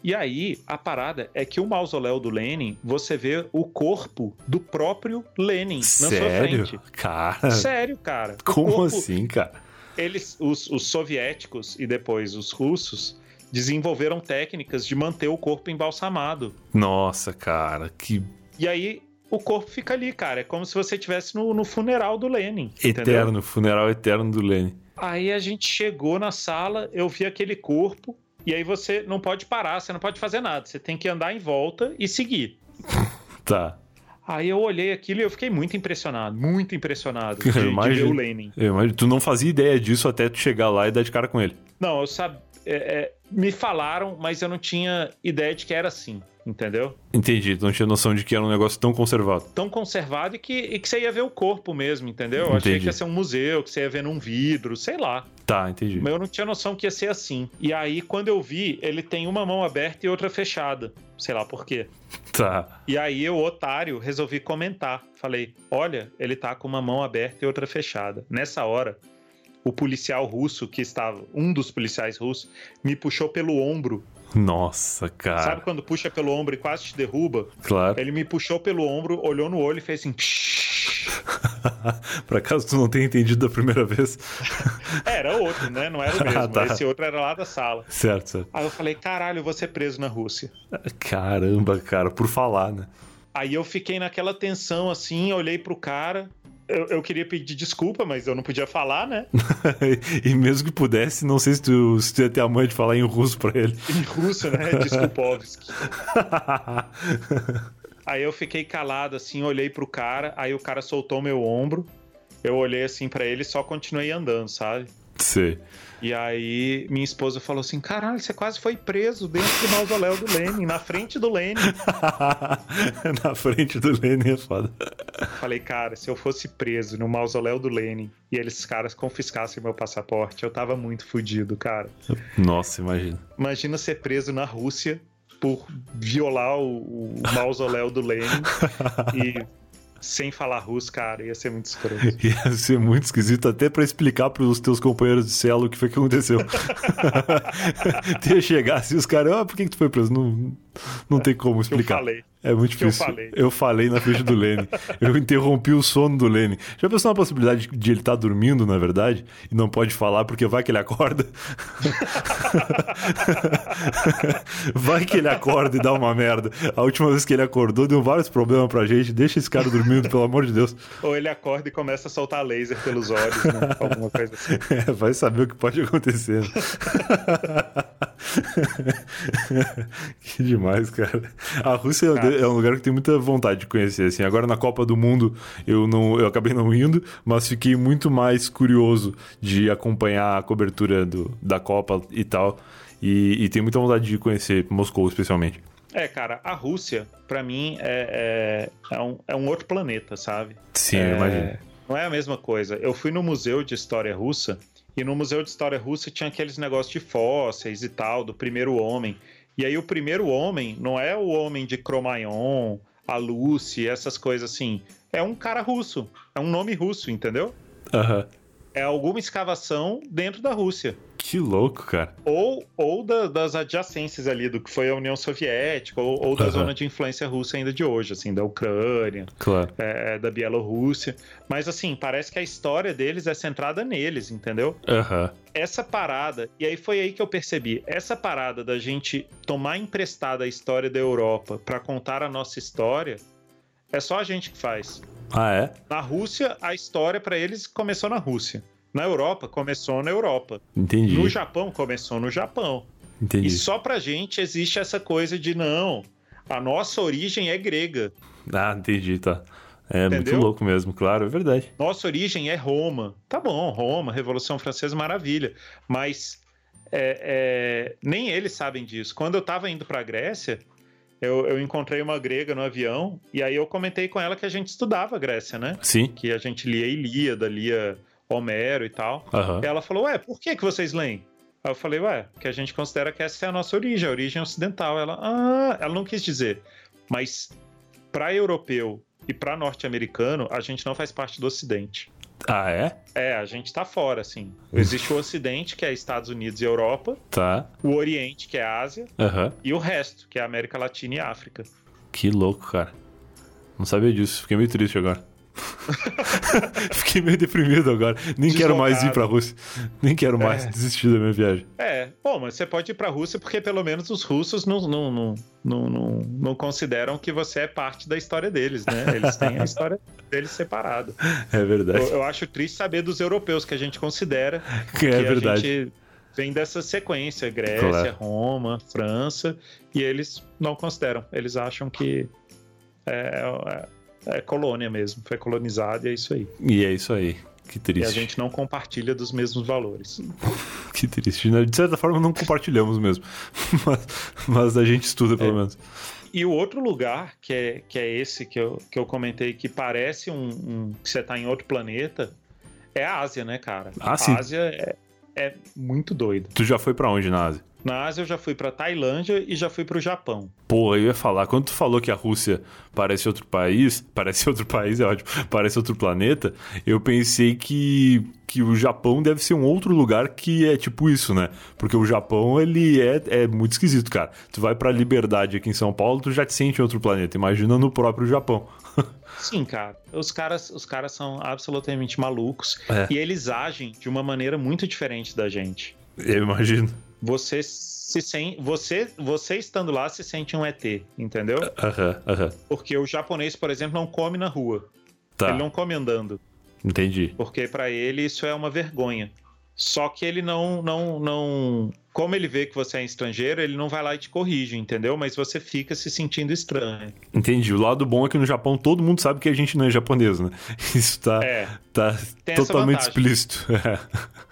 Speaker 3: E aí, a parada é que o mausoléu do Lenin, você vê o corpo do próprio Lenin na sua
Speaker 2: Sério?
Speaker 3: frente. *laughs*
Speaker 2: Cara,
Speaker 3: Sério, cara. O
Speaker 2: como
Speaker 3: corpo-
Speaker 2: assim, cara?
Speaker 3: Eles, os, os soviéticos e depois os russos, desenvolveram técnicas de manter o corpo embalsamado.
Speaker 2: Nossa, cara, que
Speaker 3: E aí, o corpo fica ali, cara. É como se você estivesse no, no funeral do Lenin. entendeu?
Speaker 2: eterno, funeral eterno do Lenny.
Speaker 3: Aí a gente chegou na sala, eu vi aquele corpo, e aí você não pode parar, você não pode fazer nada, você tem que andar em volta e seguir.
Speaker 2: Tá,
Speaker 3: Aí eu olhei aquilo e eu fiquei muito impressionado, muito impressionado de,
Speaker 2: Eu
Speaker 3: de ver
Speaker 2: imagino.
Speaker 3: o Lenin.
Speaker 2: eu imagino. Tu não fazia ideia disso até tu chegar lá e dar de cara com ele.
Speaker 3: Não, eu sabia. me falaram, mas eu não tinha ideia de que era assim, entendeu?
Speaker 2: Entendi, tu não tinha noção de que era um negócio tão conservado.
Speaker 3: Tão conservado e que, e que você ia ver o corpo mesmo, entendeu? Eu achei
Speaker 2: Entendi.
Speaker 3: que ia ser um museu, que você ia ver num vidro, sei lá.
Speaker 2: Tá, entendi.
Speaker 3: Mas eu não tinha noção que ia ser assim. E aí, quando eu vi, ele tem uma mão aberta e outra fechada. Sei lá por quê.
Speaker 2: Tá.
Speaker 3: E aí eu, otário, resolvi comentar. Falei: olha, ele tá com uma mão aberta e outra fechada. Nessa hora, o policial russo que estava, um dos policiais russos, me puxou pelo ombro.
Speaker 2: Nossa, cara.
Speaker 3: Sabe quando puxa pelo ombro e quase te derruba?
Speaker 2: Claro.
Speaker 3: Ele me puxou pelo ombro, olhou no olho e fez assim. "Shh".
Speaker 2: *laughs* pra caso tu não tenha entendido da primeira vez.
Speaker 3: Era outro, né? Não era o mesmo.
Speaker 2: Ah, tá.
Speaker 3: Esse outro era lá da sala.
Speaker 2: certo, certo.
Speaker 3: Aí eu falei: caralho, eu vou ser preso na Rússia.
Speaker 2: Caramba, cara, por falar, né? *laughs*
Speaker 3: Aí eu fiquei naquela tensão assim, eu olhei pro cara. Eu, eu queria pedir desculpa, mas eu não podia falar, né? *laughs*
Speaker 2: e mesmo que pudesse, não sei se tu, se tu ia ter a mãe de falar em russo pra ele. *laughs*
Speaker 3: Em russo, né? Desculpovski. Aí eu fiquei calado assim, olhei pro cara, aí o cara soltou meu ombro. Eu olhei assim pra ele e só continuei andando, sabe?
Speaker 2: Sei. *laughs*
Speaker 3: E aí minha esposa falou assim: "Caralho, você quase foi preso dentro do mausoléu do Lenin, na frente do Lenin".
Speaker 2: Na frente do Lenin é foda.
Speaker 3: Falei: "Cara, se eu fosse preso no mausoléu do Lenin e eles caras confiscassem meu passaporte, eu tava muito fudido, cara".
Speaker 2: Nossa, imagina.
Speaker 3: Imagina ser preso na Rússia por violar o, o mausoléu do Lenin e sem falar russo, cara, ia ser muito escroto.
Speaker 2: Ia ser muito esquisito até pra explicar pros teus companheiros de cela o que foi que aconteceu. *laughs* Ter chegar assim, os caras, ah, por que, que tu foi preso? Não, não tem como
Speaker 3: Eu
Speaker 2: explicar.
Speaker 3: falei.
Speaker 2: É muito
Speaker 3: Que eu
Speaker 2: difícil.
Speaker 3: falei.
Speaker 2: Eu falei na frente do Lene. Eu interrompi o sono do Lene. Já pensou na possibilidade de ele estar dormindo, na verdade, e não pode falar porque vai que ele acorda? *laughs* vai que ele acorda e dá uma merda. A última vez que ele acordou deu vários problemas pra gente. Deixa esse cara dormindo, pelo amor de Deus.
Speaker 3: Ou ele acorda e começa a soltar laser pelos olhos, né? alguma coisa assim.
Speaker 2: É, *laughs* vai saber o que pode acontecer. *laughs* né? que demais, cara. A Rússia é um de- é um lugar que tem muita vontade de conhecer. Assim, agora na Copa do Mundo eu não, eu acabei não indo, mas fiquei muito mais curioso de acompanhar a cobertura do, da Copa e tal. E, e tenho muita vontade de conhecer Moscou, especialmente.
Speaker 3: É, cara, a Rússia, pra mim, é, é- é um, é um outro planeta, sabe?
Speaker 2: Sim,
Speaker 3: É,
Speaker 2: eu imagino.
Speaker 3: Não é a mesma coisa. Eu fui no Museu de História Russa e no Museu de História Russa tinha aqueles negócios de fósseis e tal, do primeiro homem. E aí o primeiro homem não é o homem de Cromagnon, a Lucy, essas coisas assim. É um cara russo. É um nome russo, entendeu?
Speaker 2: Aham.
Speaker 3: É alguma escavação dentro da Rússia.
Speaker 2: Que louco, cara.
Speaker 3: Ou, ou da- das adjacências ali, do que foi a União Soviética, ou, ou da
Speaker 2: Aham.
Speaker 3: zona de influência russa ainda de hoje, assim, da Ucrânia
Speaker 2: Claro.
Speaker 3: é, da Bielorrússia. Mas assim, parece que a história deles é centrada neles, entendeu?
Speaker 2: Aham.
Speaker 3: Essa parada, e aí foi aí que eu percebi, essa parada da gente tomar emprestada a história da Europa pra contar a nossa história, é só a gente que faz.
Speaker 2: Ah, é?
Speaker 3: Na Rússia, a história pra eles começou na Rússia. Na Europa, começou na Europa.
Speaker 2: Entendi.
Speaker 3: No Japão, começou no Japão. E
Speaker 2: Entendi.
Speaker 3: só pra gente existe essa coisa de não, a nossa origem é grega.
Speaker 2: Ah, entendi, tá. É
Speaker 3: Entendeu?
Speaker 2: muito louco mesmo, claro, é verdade.
Speaker 3: Nossa origem é Roma. Tá bom, Roma, Revolução Francesa, maravilha. Mas é, é, nem eles sabem disso. Quando eu tava indo pra Grécia, eu, eu encontrei uma grega no avião, e aí eu comentei com ela que a gente estudava Grécia, né?
Speaker 2: Sim.
Speaker 3: Que a gente lia Ilíada, lia Homero e tal.
Speaker 2: Aham.
Speaker 3: Ela falou, ué, por que, que vocês leem? Aí eu falei, ué, porque a gente considera que essa é a nossa origem, a origem ocidental. Ela, ah, ela não quis dizer. Mas para europeu E para norte-americano, a gente não faz parte do Ocidente.
Speaker 2: Ah, é?
Speaker 3: É, a gente tá fora, assim. Existe o Ocidente, que é Estados Unidos e Europa,
Speaker 2: Tá.
Speaker 3: o Oriente, que é a Ásia,
Speaker 2: Aham.
Speaker 3: e o resto, que é a América Latina e África.
Speaker 2: Que louco, cara. Não sabia disso. Fiquei meio triste agora. *laughs* Fiquei meio deprimido agora. Nem quero mais ir
Speaker 3: Deslocado.
Speaker 2: pra Rússia. Nem quero mais
Speaker 3: É.
Speaker 2: desistir da minha viagem.
Speaker 3: É, bom, mas você pode ir pra Rússia porque pelo menos os russos não, não, não, não, não, não consideram que você é parte da história deles, né? Eles têm
Speaker 2: *laughs*
Speaker 3: a história deles separada.
Speaker 2: É verdade.
Speaker 3: Eu, eu acho triste saber dos europeus que a gente considera.
Speaker 2: *laughs*
Speaker 3: que
Speaker 2: é
Speaker 3: a
Speaker 2: verdade.
Speaker 3: gente vem dessa sequência: Grécia,
Speaker 2: Claro.
Speaker 3: Roma, França, e eles não consideram. Eles acham que é, é- é colônia mesmo, foi colonizado e é isso aí.
Speaker 2: E é isso aí. Que
Speaker 3: E a
Speaker 2: triste.
Speaker 3: gente não compartilha dos mesmos valores.
Speaker 2: Que triste. né? De certa forma, não compartilhamos mesmo. *laughs* mas, mas a gente estuda, pelo
Speaker 3: É.
Speaker 2: menos.
Speaker 3: E o outro lugar, que é, que é esse que eu, que eu comentei, que parece um, um- que você tá em outro planeta, é a Ásia, né, cara?
Speaker 2: Ah, sim.
Speaker 3: A Ásia é, é muito doida.
Speaker 2: Tu já foi pra onde na Ásia?
Speaker 3: Na Ásia eu já fui pra Tailândia e já fui pro Japão.
Speaker 2: Porra, eu ia falar, quando tu falou que a Rússia parece outro país, *laughs* parece outro país, é ótimo, parece outro planeta, eu pensei que, que o Japão deve ser um outro lugar que é tipo isso, né? Porque o Japão, ele é, é muito esquisito, cara. Tu vai pra Liberdade aqui em São Paulo, tu já te sente em outro planeta, imagina no próprio Japão.
Speaker 3: Sim, cara. Os caras, os caras são absolutamente malucos
Speaker 2: É.
Speaker 3: e eles agem de uma maneira muito diferente da gente.
Speaker 2: Eu imagino.
Speaker 3: Você se sen... você, você estando lá se sente um ET, entendeu?
Speaker 2: É. Aham, aham.
Speaker 3: Porque o japonês, por exemplo, não come na rua.
Speaker 2: Tá,
Speaker 3: Ele é um não come andando,
Speaker 2: entendi.
Speaker 3: porque pra ele isso é uma vergonha. Só que ele não não não, como ele vê que você é estrangeiro, ele não vai lá e te corrige, entendeu? Mas você fica se sentindo estranho.
Speaker 2: Entendi. O lado bom é que no Japão todo mundo sabe que a gente não é japonês, né? *laughs* Isso tá,
Speaker 3: É,
Speaker 2: tá
Speaker 3: tem essa
Speaker 2: totalmente
Speaker 3: vantagem.
Speaker 2: explícito. *laughs*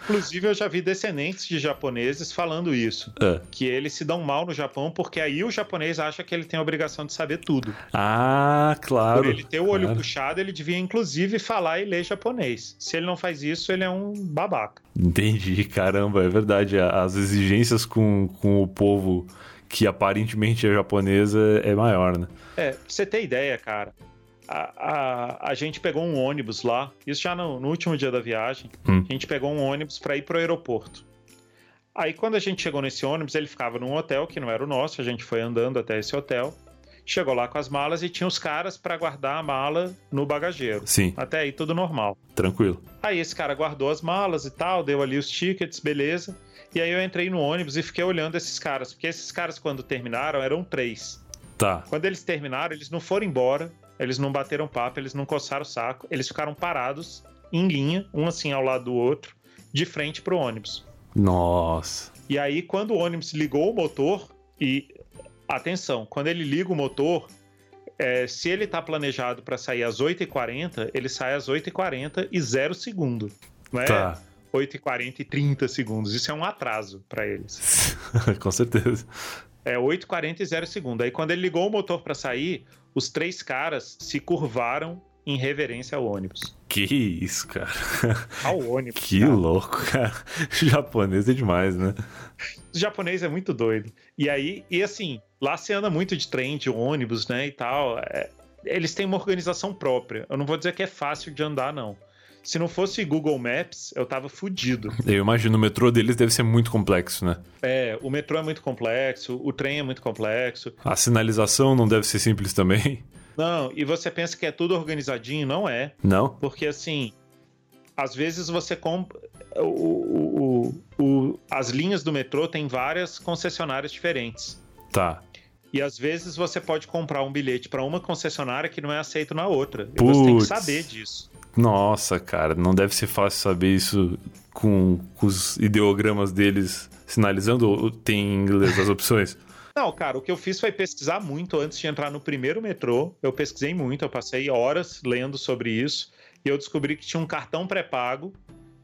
Speaker 3: Inclusive eu já vi descendentes de japoneses falando isso.
Speaker 2: É.
Speaker 3: que eles se dão mal no Japão, porque aí o japonês acha que ele tem a obrigação de saber tudo.
Speaker 2: Ah, claro.
Speaker 3: Por ele ter o olho
Speaker 2: claro.
Speaker 3: puxado, ele devia inclusive falar e ler japonês. Se ele não faz isso, ele é um babaca.
Speaker 2: Entendi, caramba, é verdade. A- As exigências com, com o povo que aparentemente é japonesa é maior, né?
Speaker 3: É, pra você ter ideia, cara. A, a, a gente pegou um ônibus lá, isso já no, no último dia da viagem,
Speaker 2: Hum.
Speaker 3: a gente pegou um ônibus para ir pro aeroporto. Aí quando a gente chegou nesse ônibus, ele ficava num hotel que não era o nosso, a gente foi andando até esse hotel. Chegou lá com as malas e tinha os caras para guardar a mala no bagageiro.
Speaker 2: Sim,
Speaker 3: Até aí tudo normal.
Speaker 2: tranquilo.
Speaker 3: Aí esse cara guardou as malas e tal, deu ali os tickets, beleza. E aí eu entrei no ônibus e fiquei olhando esses caras, porque esses caras quando terminaram eram três.
Speaker 2: Tá.
Speaker 3: Quando eles terminaram, eles não foram embora, eles não bateram papo, eles não coçaram o saco, eles ficaram parados em linha, um assim ao lado do outro, de frente pro ônibus.
Speaker 2: Nossa.
Speaker 3: E aí quando o ônibus ligou o motor e atenção, quando ele liga o motor, é, se ele tá planejado para sair às 8h40, ele sai às 8h40 e 0 segundo. Não é
Speaker 2: Tá. *laughs*
Speaker 3: 8 e 40 e 30 segundos. Isso é um atraso para eles.
Speaker 2: com certeza.
Speaker 3: É 8 e 40 e 0 segundo. Aí quando ele ligou o motor para sair, os três caras se curvaram em reverência ao ônibus.
Speaker 2: Que isso, cara.
Speaker 3: Ao ônibus.
Speaker 2: Que
Speaker 3: cara.
Speaker 2: louco, cara. *laughs* Japonês é demais, né?
Speaker 3: O japonês é muito doido. E aí, e assim, lá se anda muito de trem, de ônibus, né, e tal. É, eles têm uma organização própria. Eu não vou dizer que é fácil de andar, não. Se não fosse Google Maps, eu tava fudido.
Speaker 2: Eu imagino o metrô deles deve ser muito complexo, né?
Speaker 3: É, o metrô é muito complexo, o trem é muito complexo,
Speaker 2: A sinalização não deve ser simples também.
Speaker 3: Não, e você pensa que é tudo organizadinho, não é.
Speaker 2: Não?
Speaker 3: Porque assim, às vezes você compra. o- o- o- o- as linhas do metrô têm várias concessionárias diferentes.
Speaker 2: Tá.
Speaker 3: E às vezes você pode comprar um bilhete para uma concessionária que não é aceito na outra. E você tem que
Speaker 2: Putz.
Speaker 3: saber disso.
Speaker 2: Nossa, cara, não deve ser fácil saber isso com, com os ideogramas deles sinalizando ou tem em inglês as opções? *laughs*
Speaker 3: Não, cara, o que eu fiz foi pesquisar muito antes de entrar no primeiro metrô. Eu pesquisei muito, eu passei horas lendo sobre isso. E eu descobri que tinha um cartão pré-pago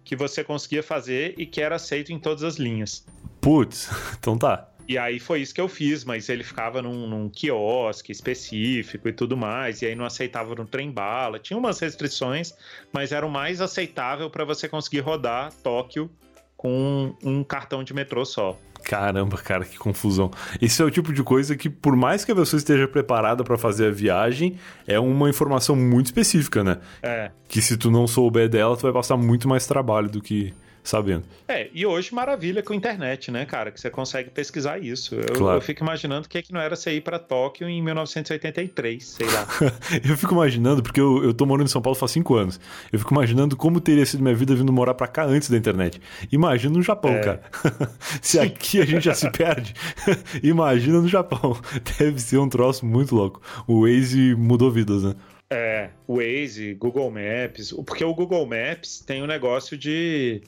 Speaker 3: que você conseguia fazer e que era aceito em todas as linhas.
Speaker 2: Putz, *laughs* então tá.
Speaker 3: E aí foi isso que eu fiz, mas ele ficava num, num quiosque específico e tudo mais, e aí não aceitava no trem-bala. Tinha umas restrições, mas era o mais aceitável para você conseguir rodar Tóquio com um, um cartão de metrô só.
Speaker 2: Caramba, cara, que confusão. Esse é o tipo de coisa que, por mais que a pessoa esteja preparada para fazer a viagem, é uma informação muito específica, né?
Speaker 3: É.
Speaker 2: Que se tu não souber dela, tu vai passar muito mais trabalho do que sabendo.
Speaker 3: É, e hoje maravilha com a internet, né, cara? Que você consegue pesquisar isso. Eu,
Speaker 2: Claro.
Speaker 3: eu fico imaginando o que, é que não era você ir pra Tóquio em 1983, sei lá.
Speaker 2: *laughs* Eu fico imaginando, porque eu, eu tô morando em São Paulo faz cinco anos. Eu fico imaginando como teria sido minha vida vindo morar pra cá antes da internet. Imagina no Japão, cara. *laughs* se aqui a gente já se perde, *laughs* imagina no Japão. *laughs* Deve ser um troço muito louco. O Waze mudou vidas, né?
Speaker 3: É, Waze, Google Maps. O- Porque o Google Maps tem o negócio de,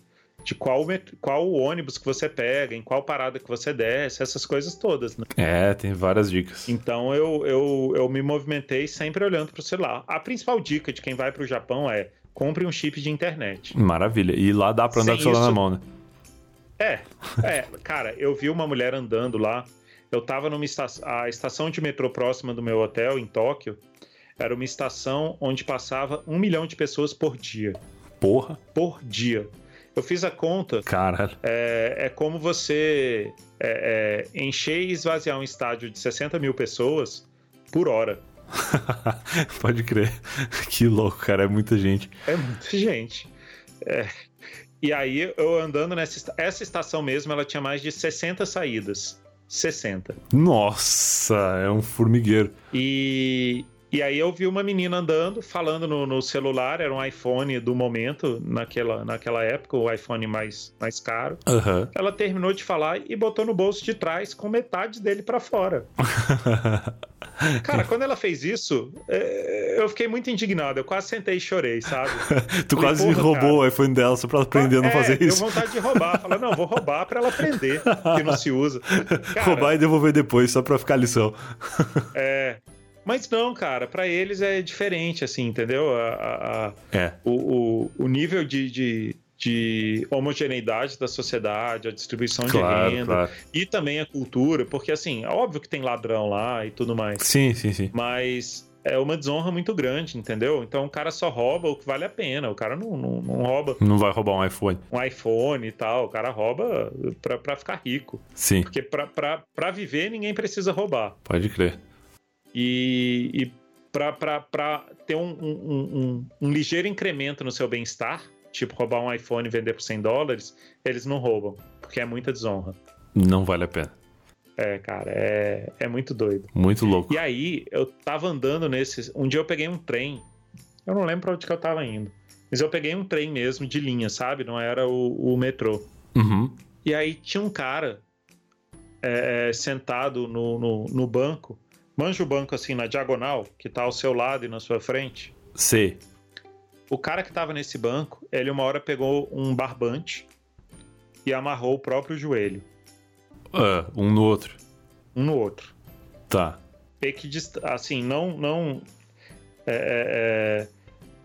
Speaker 3: de qual, met- qual ônibus que você pega, em qual parada que você desce, essas coisas todas, né?
Speaker 2: É, tem várias dicas.
Speaker 3: Então eu, eu, eu me movimentei sempre olhando pro celular. A principal dica de quem vai pro Japão é compre um chip
Speaker 2: *laughs*
Speaker 3: de internet.
Speaker 2: Maravilha. E lá dá pra andar
Speaker 3: Sem
Speaker 2: com o celular na
Speaker 3: isso-
Speaker 2: mão, né?
Speaker 3: É, é, cara, eu vi uma mulher andando lá. Eu tava numa estação, a estação de metrô próxima do meu hotel em Tóquio. Era uma estação onde passava um milhão de pessoas por dia.
Speaker 2: Porra,
Speaker 3: Por dia. Eu fiz a conta.
Speaker 2: caralho. *laughs*
Speaker 3: É, é como você é, é, encher e esvaziar um estádio de 60 mil pessoas por hora.
Speaker 2: Pode crer. *laughs* Que louco, cara. É muita gente.
Speaker 3: É muita gente. É. E aí, eu andando nessa esta- essa estação mesmo, ela tinha mais de 60 saídas. 60.
Speaker 2: Nossa, é um formigueiro.
Speaker 3: E, e aí eu vi uma menina andando, falando no, no celular, era um iPhone do momento, naquela, naquela época, o iPhone mais, mais caro.
Speaker 2: Aham.
Speaker 3: Ela terminou de falar e botou no bolso de trás com metade dele pra fora.
Speaker 2: *laughs*
Speaker 3: Cara, quando ela fez isso, é, eu fiquei muito indignado. Eu quase sentei e chorei,
Speaker 2: *laughs*
Speaker 3: sabe?
Speaker 2: tu
Speaker 3: Falei,
Speaker 2: quase
Speaker 3: "Porra,
Speaker 2: roubou o iPhone dela só pra aprender a não
Speaker 3: É,
Speaker 2: fazer isso.
Speaker 3: Deu vontade de roubar. Falar, não, vou roubar pra ela aprender que não
Speaker 2: *laughs*
Speaker 3: se usa. Cara,
Speaker 2: Roubar e devolver depois, só pra ficar a lição.
Speaker 3: É. Mas não, cara, pra eles é diferente, assim, entendeu? A- a- a-
Speaker 2: É.
Speaker 3: o, o, o nível de, de, de homogeneidade da sociedade, a distribuição de
Speaker 2: Claro,
Speaker 3: renda
Speaker 2: claro.
Speaker 3: e também a cultura, porque assim, é óbvio que tem ladrão lá e tudo mais,
Speaker 2: Sim, sim, sim.
Speaker 3: mas é uma desonra muito grande, entendeu? Então o cara só rouba o que vale a pena, o cara não, não, não rouba
Speaker 2: Não vai roubar um iPhone.
Speaker 3: um iPhone e tal, o cara rouba pra, pra ficar rico,
Speaker 2: Sim,
Speaker 3: porque pra, pra, pra viver ninguém precisa roubar.
Speaker 2: pode crer.
Speaker 3: E, e pra- pra pra ter um, um- um- um- um ligeiro incremento no seu bem-estar, tipo roubar um iPhone e vender por 100 dólares, eles não roubam, porque é muita desonra.
Speaker 2: Não vale a pena.
Speaker 3: É, cara, é, é muito doido.
Speaker 2: Muito louco.
Speaker 3: E aí, eu tava andando nesse. Um dia eu peguei um trem, eu não lembro pra onde que eu tava indo, mas eu peguei um trem mesmo de linha, sabe? Não era o, o metrô.
Speaker 2: Uhum.
Speaker 3: E aí tinha um cara é, é, sentado no, no, no banco, manja o banco assim na diagonal, que tá ao seu lado e na sua frente.
Speaker 2: Sei.
Speaker 3: O cara que tava nesse banco, ele uma hora pegou um barbante e amarrou o próprio joelho,
Speaker 2: Ah, um no outro.
Speaker 3: um no outro.
Speaker 2: Tá.
Speaker 3: Equidist... Assim, não. não é, é, é,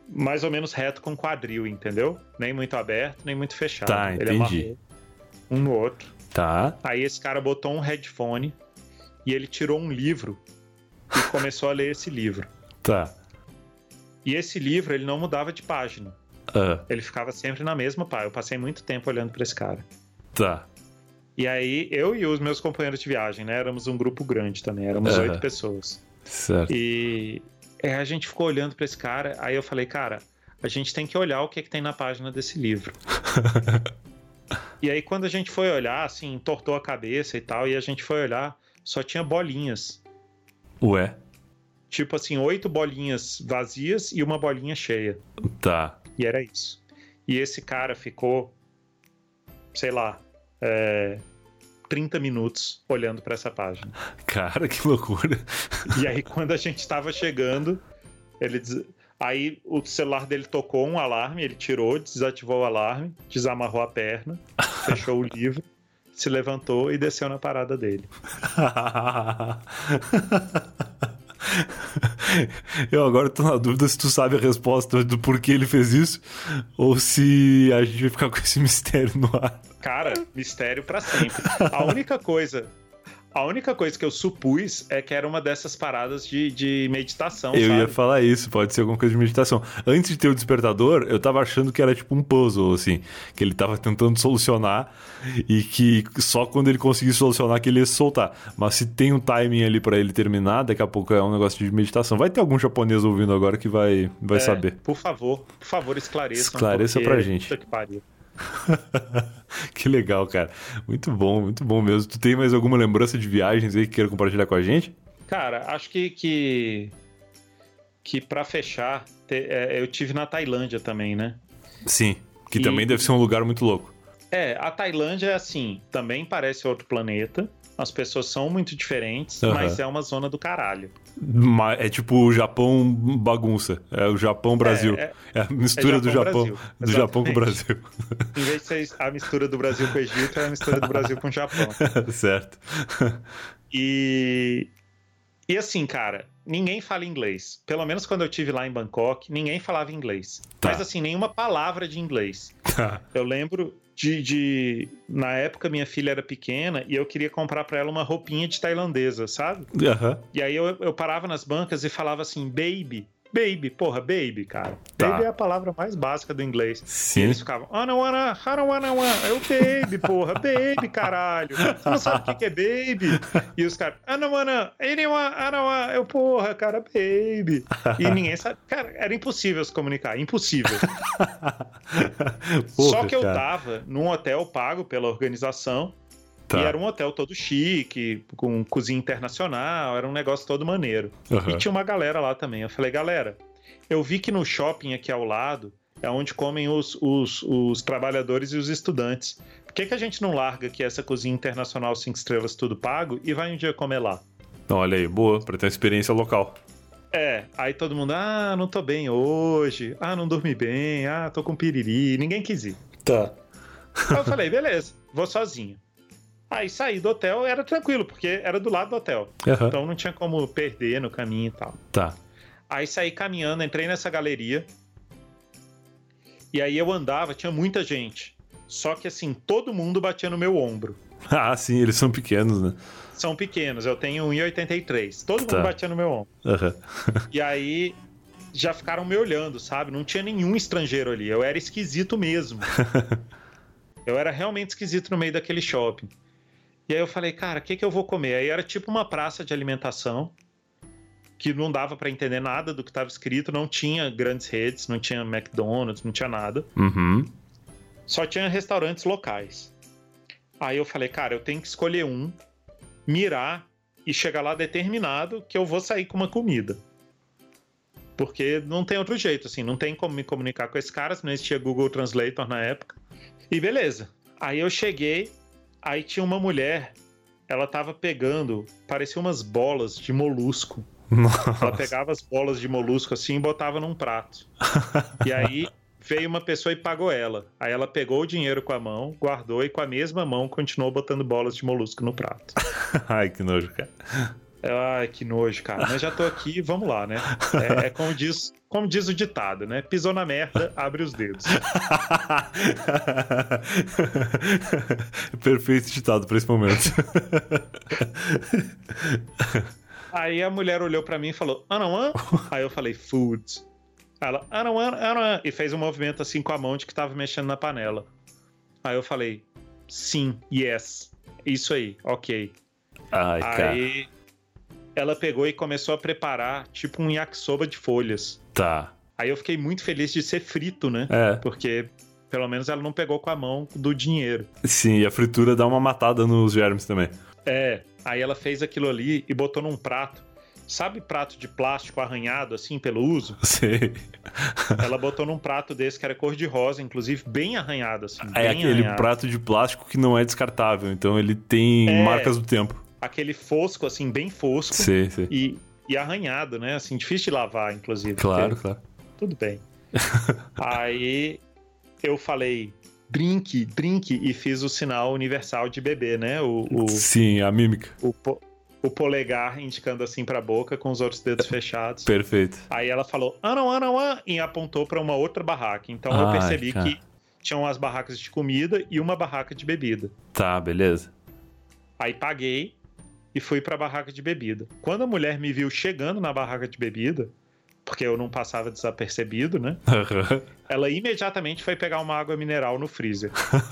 Speaker 3: mais ou menos reto com quadril, entendeu? Nem muito aberto, nem muito fechado.
Speaker 2: Tá, entendi.
Speaker 3: Ele amarrou um no outro.
Speaker 2: Tá.
Speaker 3: Aí esse cara botou um headphone e ele tirou um livro e começou a ler esse livro.
Speaker 2: Tá.
Speaker 3: E esse livro ele não mudava de página.
Speaker 2: Ah,
Speaker 3: Ele ficava sempre na mesma página. Eu passei muito tempo olhando pra esse cara.
Speaker 2: tá.
Speaker 3: E aí eu e os meus companheiros de viagem, né? Éramos um grupo grande também, éramos
Speaker 2: Aham.
Speaker 3: oito pessoas.
Speaker 2: Certo.
Speaker 3: E é, a gente ficou olhando pra esse cara. Aí eu falei, cara, a gente tem que olhar o que, é que tem na página desse livro. e aí quando a gente foi olhar, assim, entortou a cabeça e tal, e a gente foi olhar, só tinha bolinhas.
Speaker 2: Ué.
Speaker 3: Tipo assim, oito bolinhas vazias e uma bolinha cheia.
Speaker 2: Tá.
Speaker 3: E era isso. E esse cara ficou, sei lá, é, 30 minutos olhando pra essa página.
Speaker 2: Cara, que loucura.
Speaker 3: E aí, *laughs* quando a gente tava chegando, ele des- aí o celular dele tocou um alarme, ele tirou, desativou o alarme, desamarrou a
Speaker 2: *laughs*
Speaker 3: perna, fechou o livro, se levantou e desceu na parada dele.
Speaker 2: *laughs* Eu agora tô na dúvida se tu sabe a resposta do porquê ele fez isso ou se a gente vai *laughs* ficar com esse mistério no ar.
Speaker 3: Cara, mistério pra sempre. A única coisa. A única coisa que eu supus é que era uma dessas paradas de, de meditação,
Speaker 2: Eu
Speaker 3: sabe?
Speaker 2: ia falar isso, pode ser alguma coisa de meditação. Antes de ter o despertador, eu tava achando que era tipo um puzzle, assim, que ele tava tentando solucionar e que só quando ele conseguisse solucionar que ele ia se soltar. Mas se tem um timing ali pra ele terminar, daqui a pouco é um negócio de meditação. Vai ter algum japonês ouvindo agora que vai, vai
Speaker 3: É,
Speaker 2: saber.
Speaker 3: Por favor, por favor, esclareça.
Speaker 2: Esclareça pra gente.
Speaker 3: Que pariu.
Speaker 2: *laughs* que legal, cara. Muito bom, muito bom mesmo. Tu tem mais alguma lembrança de viagens aí que queira compartilhar com a gente?
Speaker 3: Cara, acho que que, que para fechar, te- é, eu tive na Tailândia também, né?
Speaker 2: Sim. Que
Speaker 3: E-
Speaker 2: também deve ser um lugar muito louco.
Speaker 3: É, a Tailândia é assim, também parece outro planeta. As pessoas são muito diferentes,
Speaker 2: Aham.
Speaker 3: mas é uma zona do caralho.
Speaker 2: Ma- É tipo o Japão bagunça. É o Japão-Brasil.
Speaker 3: É, é-
Speaker 2: É a mistura
Speaker 3: É
Speaker 2: do Japão,
Speaker 3: Japão-Brasil,
Speaker 2: do Japão com o
Speaker 3: exatamente.
Speaker 2: Brasil.
Speaker 3: em vez de ser a mistura do Brasil com o Egito, é a mistura do Brasil com o Japão.
Speaker 2: *laughs* certo.
Speaker 3: E, e assim, cara, ninguém fala inglês. Pelo menos quando eu tive lá em Bangkok, ninguém falava inglês.
Speaker 2: Tá.
Speaker 3: Mas assim, nenhuma palavra de inglês.
Speaker 2: Tá.
Speaker 3: Eu lembro de, de- Na época, minha filha era pequena e eu queria comprar pra ela uma roupinha de tailandesa, sabe?
Speaker 2: Aham.
Speaker 3: E aí eu, eu parava nas bancas e falava assim, baby, baby, porra, baby, cara.
Speaker 2: Tá.
Speaker 3: Baby é a palavra mais básica do inglês. E
Speaker 2: Sim.
Speaker 3: eles ficavam, I don't wanna, I don't wanna, wanna. Eu, baby, porra, baby, caralho. Você não sabe o que que é baby? E os caras, I don't wanna, anyone, I don't wanna. Eu, porra, cara, baby. E ninguém sabe. Cara, era impossível se comunicar, impossível. Só
Speaker 2: Porra,
Speaker 3: que eu
Speaker 2: cara.
Speaker 3: tava num hotel pago pela organização
Speaker 2: Tá.
Speaker 3: e era um hotel todo chique, com cozinha internacional, era um negócio todo maneiro.
Speaker 2: Aham.
Speaker 3: E tinha uma galera lá também. Eu falei, galera, eu vi que no shopping aqui ao lado é onde comem os, os, os trabalhadores e os estudantes. Por que, que a gente não larga aqui essa cozinha internacional cinco estrelas tudo pago e vai um dia comer lá?
Speaker 2: Olha aí, boa, pra ter uma experiência local.
Speaker 3: É, aí todo mundo, ah, não tô bem hoje, ah, não dormi bem, ah, tô com piriri, ninguém quis ir.
Speaker 2: Tá.
Speaker 3: Aí eu falei, beleza, vou sozinho. Aí saí do hotel, era tranquilo, porque era do lado do hotel.
Speaker 2: Aham.
Speaker 3: Então não tinha como perder no caminho e tal.
Speaker 2: Tá. *laughs*
Speaker 3: Aí saí caminhando, entrei nessa galeria. E aí eu andava, tinha muita gente. Só que assim, todo mundo batia no meu ombro.
Speaker 2: Ah, sim, eles são pequenos, né?
Speaker 3: São pequenos, eu tenho 1,83. Todo
Speaker 2: Tá.
Speaker 3: mundo batia no meu ombro.
Speaker 2: Aham.
Speaker 3: E aí já ficaram me olhando, sabe? Não tinha nenhum estrangeiro ali. Eu era esquisito mesmo. eu era realmente esquisito no meio daquele shopping. E aí eu falei, cara, o que, que eu vou comer? Aí era tipo uma praça de alimentação que não dava pra entender nada do que estava escrito, não tinha grandes redes, não tinha McDonald's, não tinha nada.
Speaker 2: Uhum. *laughs*
Speaker 3: Só tinha restaurantes locais. Aí eu falei, cara, eu tenho que escolher um, mirar e chegar lá determinado que eu vou sair com uma comida. Porque não tem outro jeito, assim, não tem como me comunicar com esse cara, se não existia Google Translator na época. E beleza. Aí eu cheguei, aí tinha uma mulher, ela tava pegando, parecia umas bolas de molusco.
Speaker 2: Nossa.
Speaker 3: Ela pegava as bolas de molusco assim e botava num prato. E aí veio uma pessoa e pagou ela. Aí ela pegou o dinheiro com a mão, guardou e com a mesma mão continuou botando bolas de molusco no prato.
Speaker 2: Ai, que nojo, cara.
Speaker 3: Eu, Ai, que nojo, cara. Mas já tô aqui, vamos lá, né? É, é como, diz, como diz o ditado, né? Pisou na merda, abre os dedos.
Speaker 2: *laughs* Perfeito ditado pra esse momento.
Speaker 3: Aí a mulher olhou pra mim e falou,
Speaker 2: *laughs*
Speaker 3: Anawan? Aí eu falei, food. Ela, Anawan, Anawan. E fez um movimento assim com a mão de que tava mexendo na panela. Aí eu falei, sim, yes. Isso aí, ok.
Speaker 2: Ai, cara.
Speaker 3: aí ela pegou e começou a preparar tipo um yakisoba de folhas.
Speaker 2: Tá.
Speaker 3: Aí eu fiquei muito feliz de ser frito, né?
Speaker 2: É.
Speaker 3: Porque pelo menos ela não pegou com a mão do dinheiro.
Speaker 2: Sim, e a fritura dá uma matada nos germes também. *laughs*
Speaker 3: É, aí ela fez aquilo ali e botou num prato. Sabe prato de plástico arranhado assim pelo uso?
Speaker 2: Sei.
Speaker 3: Ela botou num prato desse que era cor de rosa, inclusive bem arranhado, assim.
Speaker 2: É
Speaker 3: bem
Speaker 2: aquele
Speaker 3: arranhado.
Speaker 2: prato de plástico que não é descartável, então ele tem
Speaker 3: É.
Speaker 2: marcas do
Speaker 3: *laughs*
Speaker 2: tempo.
Speaker 3: Aquele fosco, assim, bem fosco
Speaker 2: Sei, sei.
Speaker 3: e, e arranhado, né? Assim, difícil de lavar, inclusive.
Speaker 2: Claro, claro.
Speaker 3: porque-
Speaker 2: *laughs*
Speaker 3: Tudo bem. Aí eu falei, drink, drink, e fiz o sinal universal de bebê, né? O, o,
Speaker 2: Sim, a mímica.
Speaker 3: o, po- o polegar indicando assim pra boca com os outros dedos fechados.
Speaker 2: Perfeito.
Speaker 3: Aí ela falou, ah, não, ah, não, ah, e apontou pra uma outra barraca. Então eu
Speaker 2: Ai,
Speaker 3: percebi
Speaker 2: cara.
Speaker 3: que tinham as barracas de comida e uma barraca de bebida.
Speaker 2: Tá, beleza.
Speaker 3: Aí paguei, e fui para a barraca de bebida. Quando a mulher me viu chegando na barraca de bebida, porque eu não passava desapercebido, né? Ela imediatamente foi pegar uma água mineral no freezer.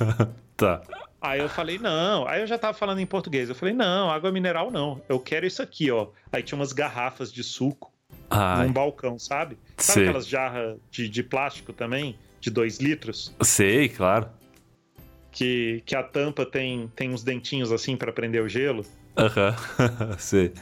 Speaker 2: *laughs* tá.
Speaker 3: Aí eu falei, não. Aí eu já tava falando em português. Eu falei, não, água mineral não. Eu quero isso aqui, ó. Aí tinha umas garrafas de suco num
Speaker 2: Ai,
Speaker 3: balcão, sabe? Sabe
Speaker 2: Sei.
Speaker 3: aquelas jarras de, de plástico também, de dois litros,
Speaker 2: sei, claro.
Speaker 3: que, que a tampa tem, tem uns dentinhos assim pra prender o gelo?
Speaker 2: Aham, *laughs* sei.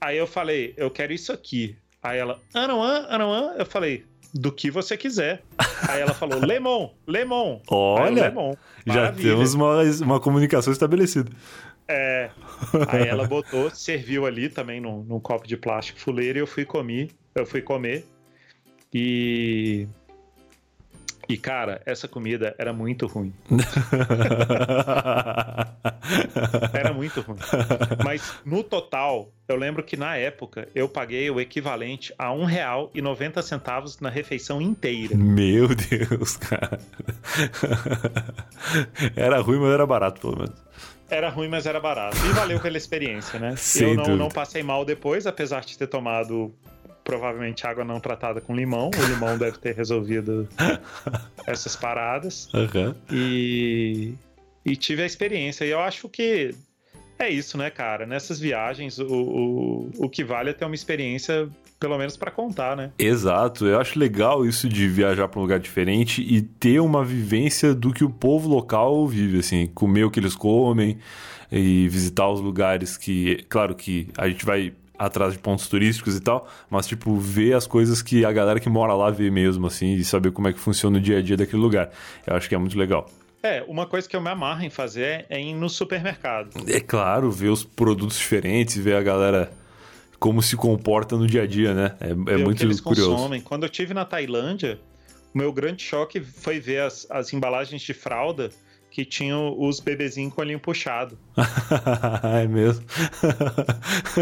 Speaker 3: Aí eu falei, eu quero isso aqui. Aí ela, anuan, anuan. Eu falei, do que você quiser. Aí ela falou, lemon, lemon. Aí eu,
Speaker 2: Olha,
Speaker 3: lemon.
Speaker 2: já
Speaker 3: é Maravilha.
Speaker 2: temos um- uma, uma comunicação estabelecida.
Speaker 3: É. Aí ela botou, serviu ali também num, num copo de plástico fuleiro e eu fui comer. Eu fui comer. E. E, cara, essa comida era muito ruim. Era muito
Speaker 2: *laughs*
Speaker 3: ruim. Mas no total, eu lembro que na época eu paguei o equivalente a um R$ 1,90 na refeição inteira.
Speaker 2: Meu Deus, cara. Era ruim, mas era barato, pelo menos.
Speaker 3: Era ruim, mas era barato. E valeu pela experiência, né?
Speaker 2: Sem
Speaker 3: eu não,
Speaker 2: dúvida.
Speaker 3: não passei mal depois, apesar de ter tomado provavelmente água não tratada com limão. O
Speaker 2: *laughs*
Speaker 3: limão deve ter resolvido essas paradas.
Speaker 2: Aham.
Speaker 3: E, e tive a experiência. E eu acho que é isso, né, cara? Nessas viagens, o, o, o que vale é ter uma experiência, pelo menos pra contar, né?
Speaker 2: Exato, eu acho legal isso de viajar para um lugar diferente e ter uma vivência do que o povo local vive, assim, comer o que eles comem e visitar os lugares que, claro que a gente vai atrás de pontos turísticos e tal, mas tipo ver as coisas que a galera que mora lá vê mesmo, assim, e saber como é que funciona o dia a dia daquele lugar. Eu acho que é muito legal.
Speaker 3: É, uma coisa que eu me amarro em fazer é ir no supermercado.
Speaker 2: É claro, ver os produtos diferentes, ver a galera como se comporta no dia a dia, né? É, é
Speaker 3: ver o
Speaker 2: muito
Speaker 3: que eles
Speaker 2: curioso.
Speaker 3: consomem. Quando eu tive na Tailândia, o meu grande choque foi ver as, as embalagens de fralda que tinham os bebezinhos com o olhinho puxado.
Speaker 2: *laughs* é mesmo.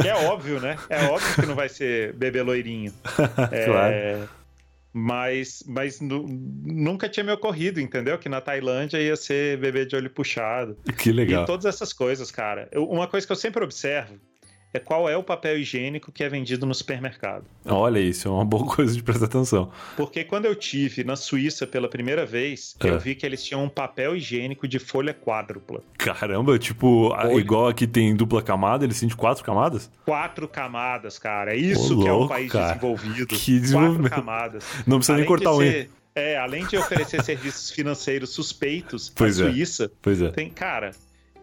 Speaker 3: Que é óbvio, né? É óbvio que não vai ser bebê
Speaker 2: *laughs*
Speaker 3: loirinho.
Speaker 2: Ah,
Speaker 3: É,
Speaker 2: Claro.
Speaker 3: Mas, mas nu- nunca tinha me ocorrido, entendeu? Que na Tailândia ia ser bebê de olho puxado.
Speaker 2: Que legal.
Speaker 3: E todas essas coisas, cara. Eu- uma coisa que eu sempre observo é qual é o papel higiênico que é vendido no supermercado.
Speaker 2: Olha isso, é uma boa *laughs* coisa de prestar atenção.
Speaker 3: Porque quando eu tive na Suíça pela primeira vez,
Speaker 2: É.
Speaker 3: eu vi que eles tinham um papel higiênico de folha quádrupla.
Speaker 2: Caramba, tipo, a-
Speaker 3: Olha.
Speaker 2: igual aqui tem dupla camada, eles têm de quatro camadas?
Speaker 3: Quatro camadas, cara. É isso
Speaker 2: Ô,
Speaker 3: que é um
Speaker 2: louco,
Speaker 3: país
Speaker 2: cara.
Speaker 3: desenvolvido.
Speaker 2: Que desenvolvimento.
Speaker 3: Quatro camadas.
Speaker 2: Não precisa nem cortar
Speaker 3: de
Speaker 2: um, hein?
Speaker 3: ser- é, além de oferecer *laughs* serviços financeiros suspeitos
Speaker 2: Pois
Speaker 3: a
Speaker 2: é.
Speaker 3: Suíça,
Speaker 2: Pois é.
Speaker 3: tem cara.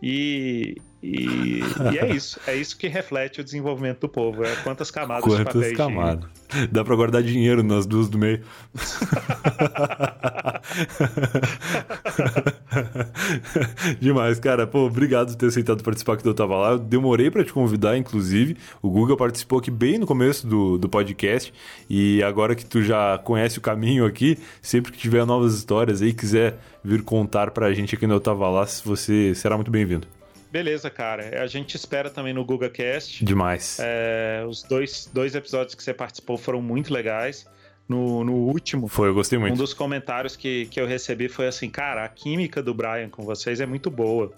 Speaker 3: E, e, e
Speaker 2: *laughs*
Speaker 3: é isso. É isso que reflete o desenvolvimento do povo. É quantas camadas de papel
Speaker 2: Quantas
Speaker 3: higiênico.
Speaker 2: camadas? Dá pra guardar dinheiro nas duas do meio. *laughs* Demais, cara. Pô, obrigado por ter aceitado participar aqui do Eu Tava Lá. Eu demorei pra te convidar, inclusive. O Guga participou aqui bem no começo do, do podcast. E agora que tu já conhece o caminho aqui, sempre que tiver novas histórias aí, quiser vir contar pra gente aqui no Eu Tava Lá, você será muito bem-vindo.
Speaker 3: Beleza, cara. A gente espera também no GugaCast.
Speaker 2: Demais.
Speaker 3: É, os dois, dois episódios que você participou foram muito legais. No, no último,
Speaker 2: Foi, eu gostei
Speaker 3: um
Speaker 2: muito.
Speaker 3: dos comentários que, que eu recebi foi assim: Cara, a química do Brian com vocês é muito boa.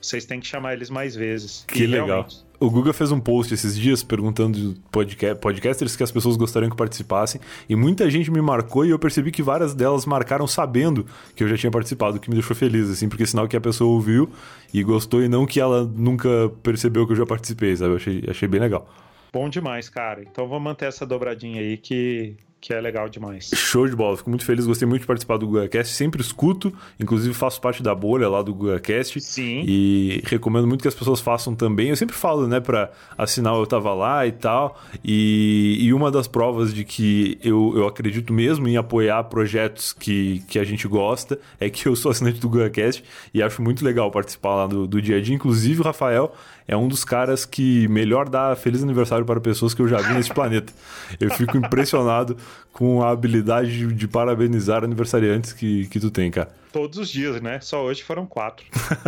Speaker 3: Vocês têm que chamar eles mais vezes.
Speaker 2: Que legal.
Speaker 3: realmente,
Speaker 2: O Guga fez um post esses dias perguntando podca- podcasters que as pessoas gostariam que participassem e muita gente me marcou e eu percebi que várias delas marcaram sabendo que eu já tinha participado, o que me deixou feliz, assim, porque é sinal que a pessoa ouviu e gostou e não que ela nunca percebeu que eu já participei, sabe? Eu achei, achei bem legal.
Speaker 3: Bom demais, cara. Então vou manter essa dobradinha aí que, que é legal demais.
Speaker 2: Show de bola, fico muito feliz, gostei muito de participar do GugaCast, sempre escuto, inclusive faço parte da bolha lá do GugaCast.
Speaker 3: Sim.
Speaker 2: E recomendo muito que as pessoas façam também. Eu sempre falo, né, pra assinar o eu tava lá e tal. E, e uma das provas de que eu, eu acredito mesmo em apoiar projetos que, que a gente gosta é que eu sou assinante do GugaCast e acho muito legal participar lá do, do dia a dia. Inclusive, o Rafael é um dos caras que melhor dá feliz aniversário para pessoas que eu já vi nesse planeta. Eu fico impressionado com a habilidade de, de parabenizar aniversariantes que, que tu tem, cara.
Speaker 3: Todos os dias, né? Só hoje foram quatro.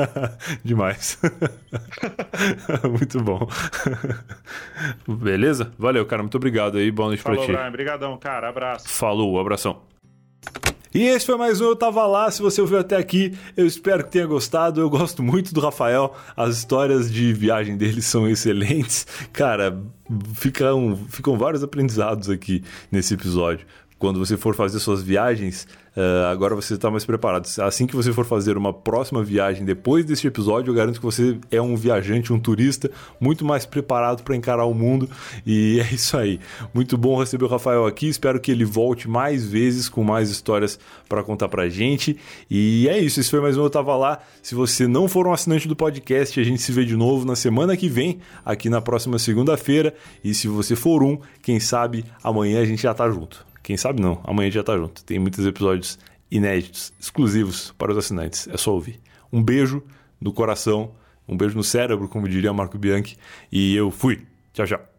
Speaker 2: *laughs* Demais. muito bom. *laughs* Beleza? Valeu, cara. Muito obrigado aí. Boa noite pra
Speaker 3: Falou,
Speaker 2: ti.
Speaker 3: Brian. Obrigadão, cara. Abraço.
Speaker 2: Falou, abração. E esse foi mais um Eu Tava Lá. Se você ouviu até aqui, eu espero que tenha gostado. Eu gosto muito do Rafael. As histórias de viagem dele são excelentes. Cara, ficam, ficam vários aprendizados aqui nesse episódio. Quando você for fazer suas viagens, eh, agora você está mais preparado. Assim que você for fazer uma próxima viagem depois deste episódio, eu garanto que você é um viajante, um turista muito mais preparado para encarar o mundo. E é isso aí. Muito bom receber o Rafael aqui. Espero que ele volte mais vezes com mais histórias para contar para gente. E é isso. Esse foi mais um Eu Tava Lá. Se você não for um assinante do podcast, a gente se vê de novo na semana que vem, aqui na próxima segunda-feira. E se você for um, quem sabe amanhã a gente já tá junto. Quem sabe não, amanhã já tá junto. Tem muitos episódios inéditos, exclusivos para os assinantes. É só ouvir. Um beijo no coração, um beijo no cérebro, como diria Marco Bianchi. E eu fui. Tchau, tchau.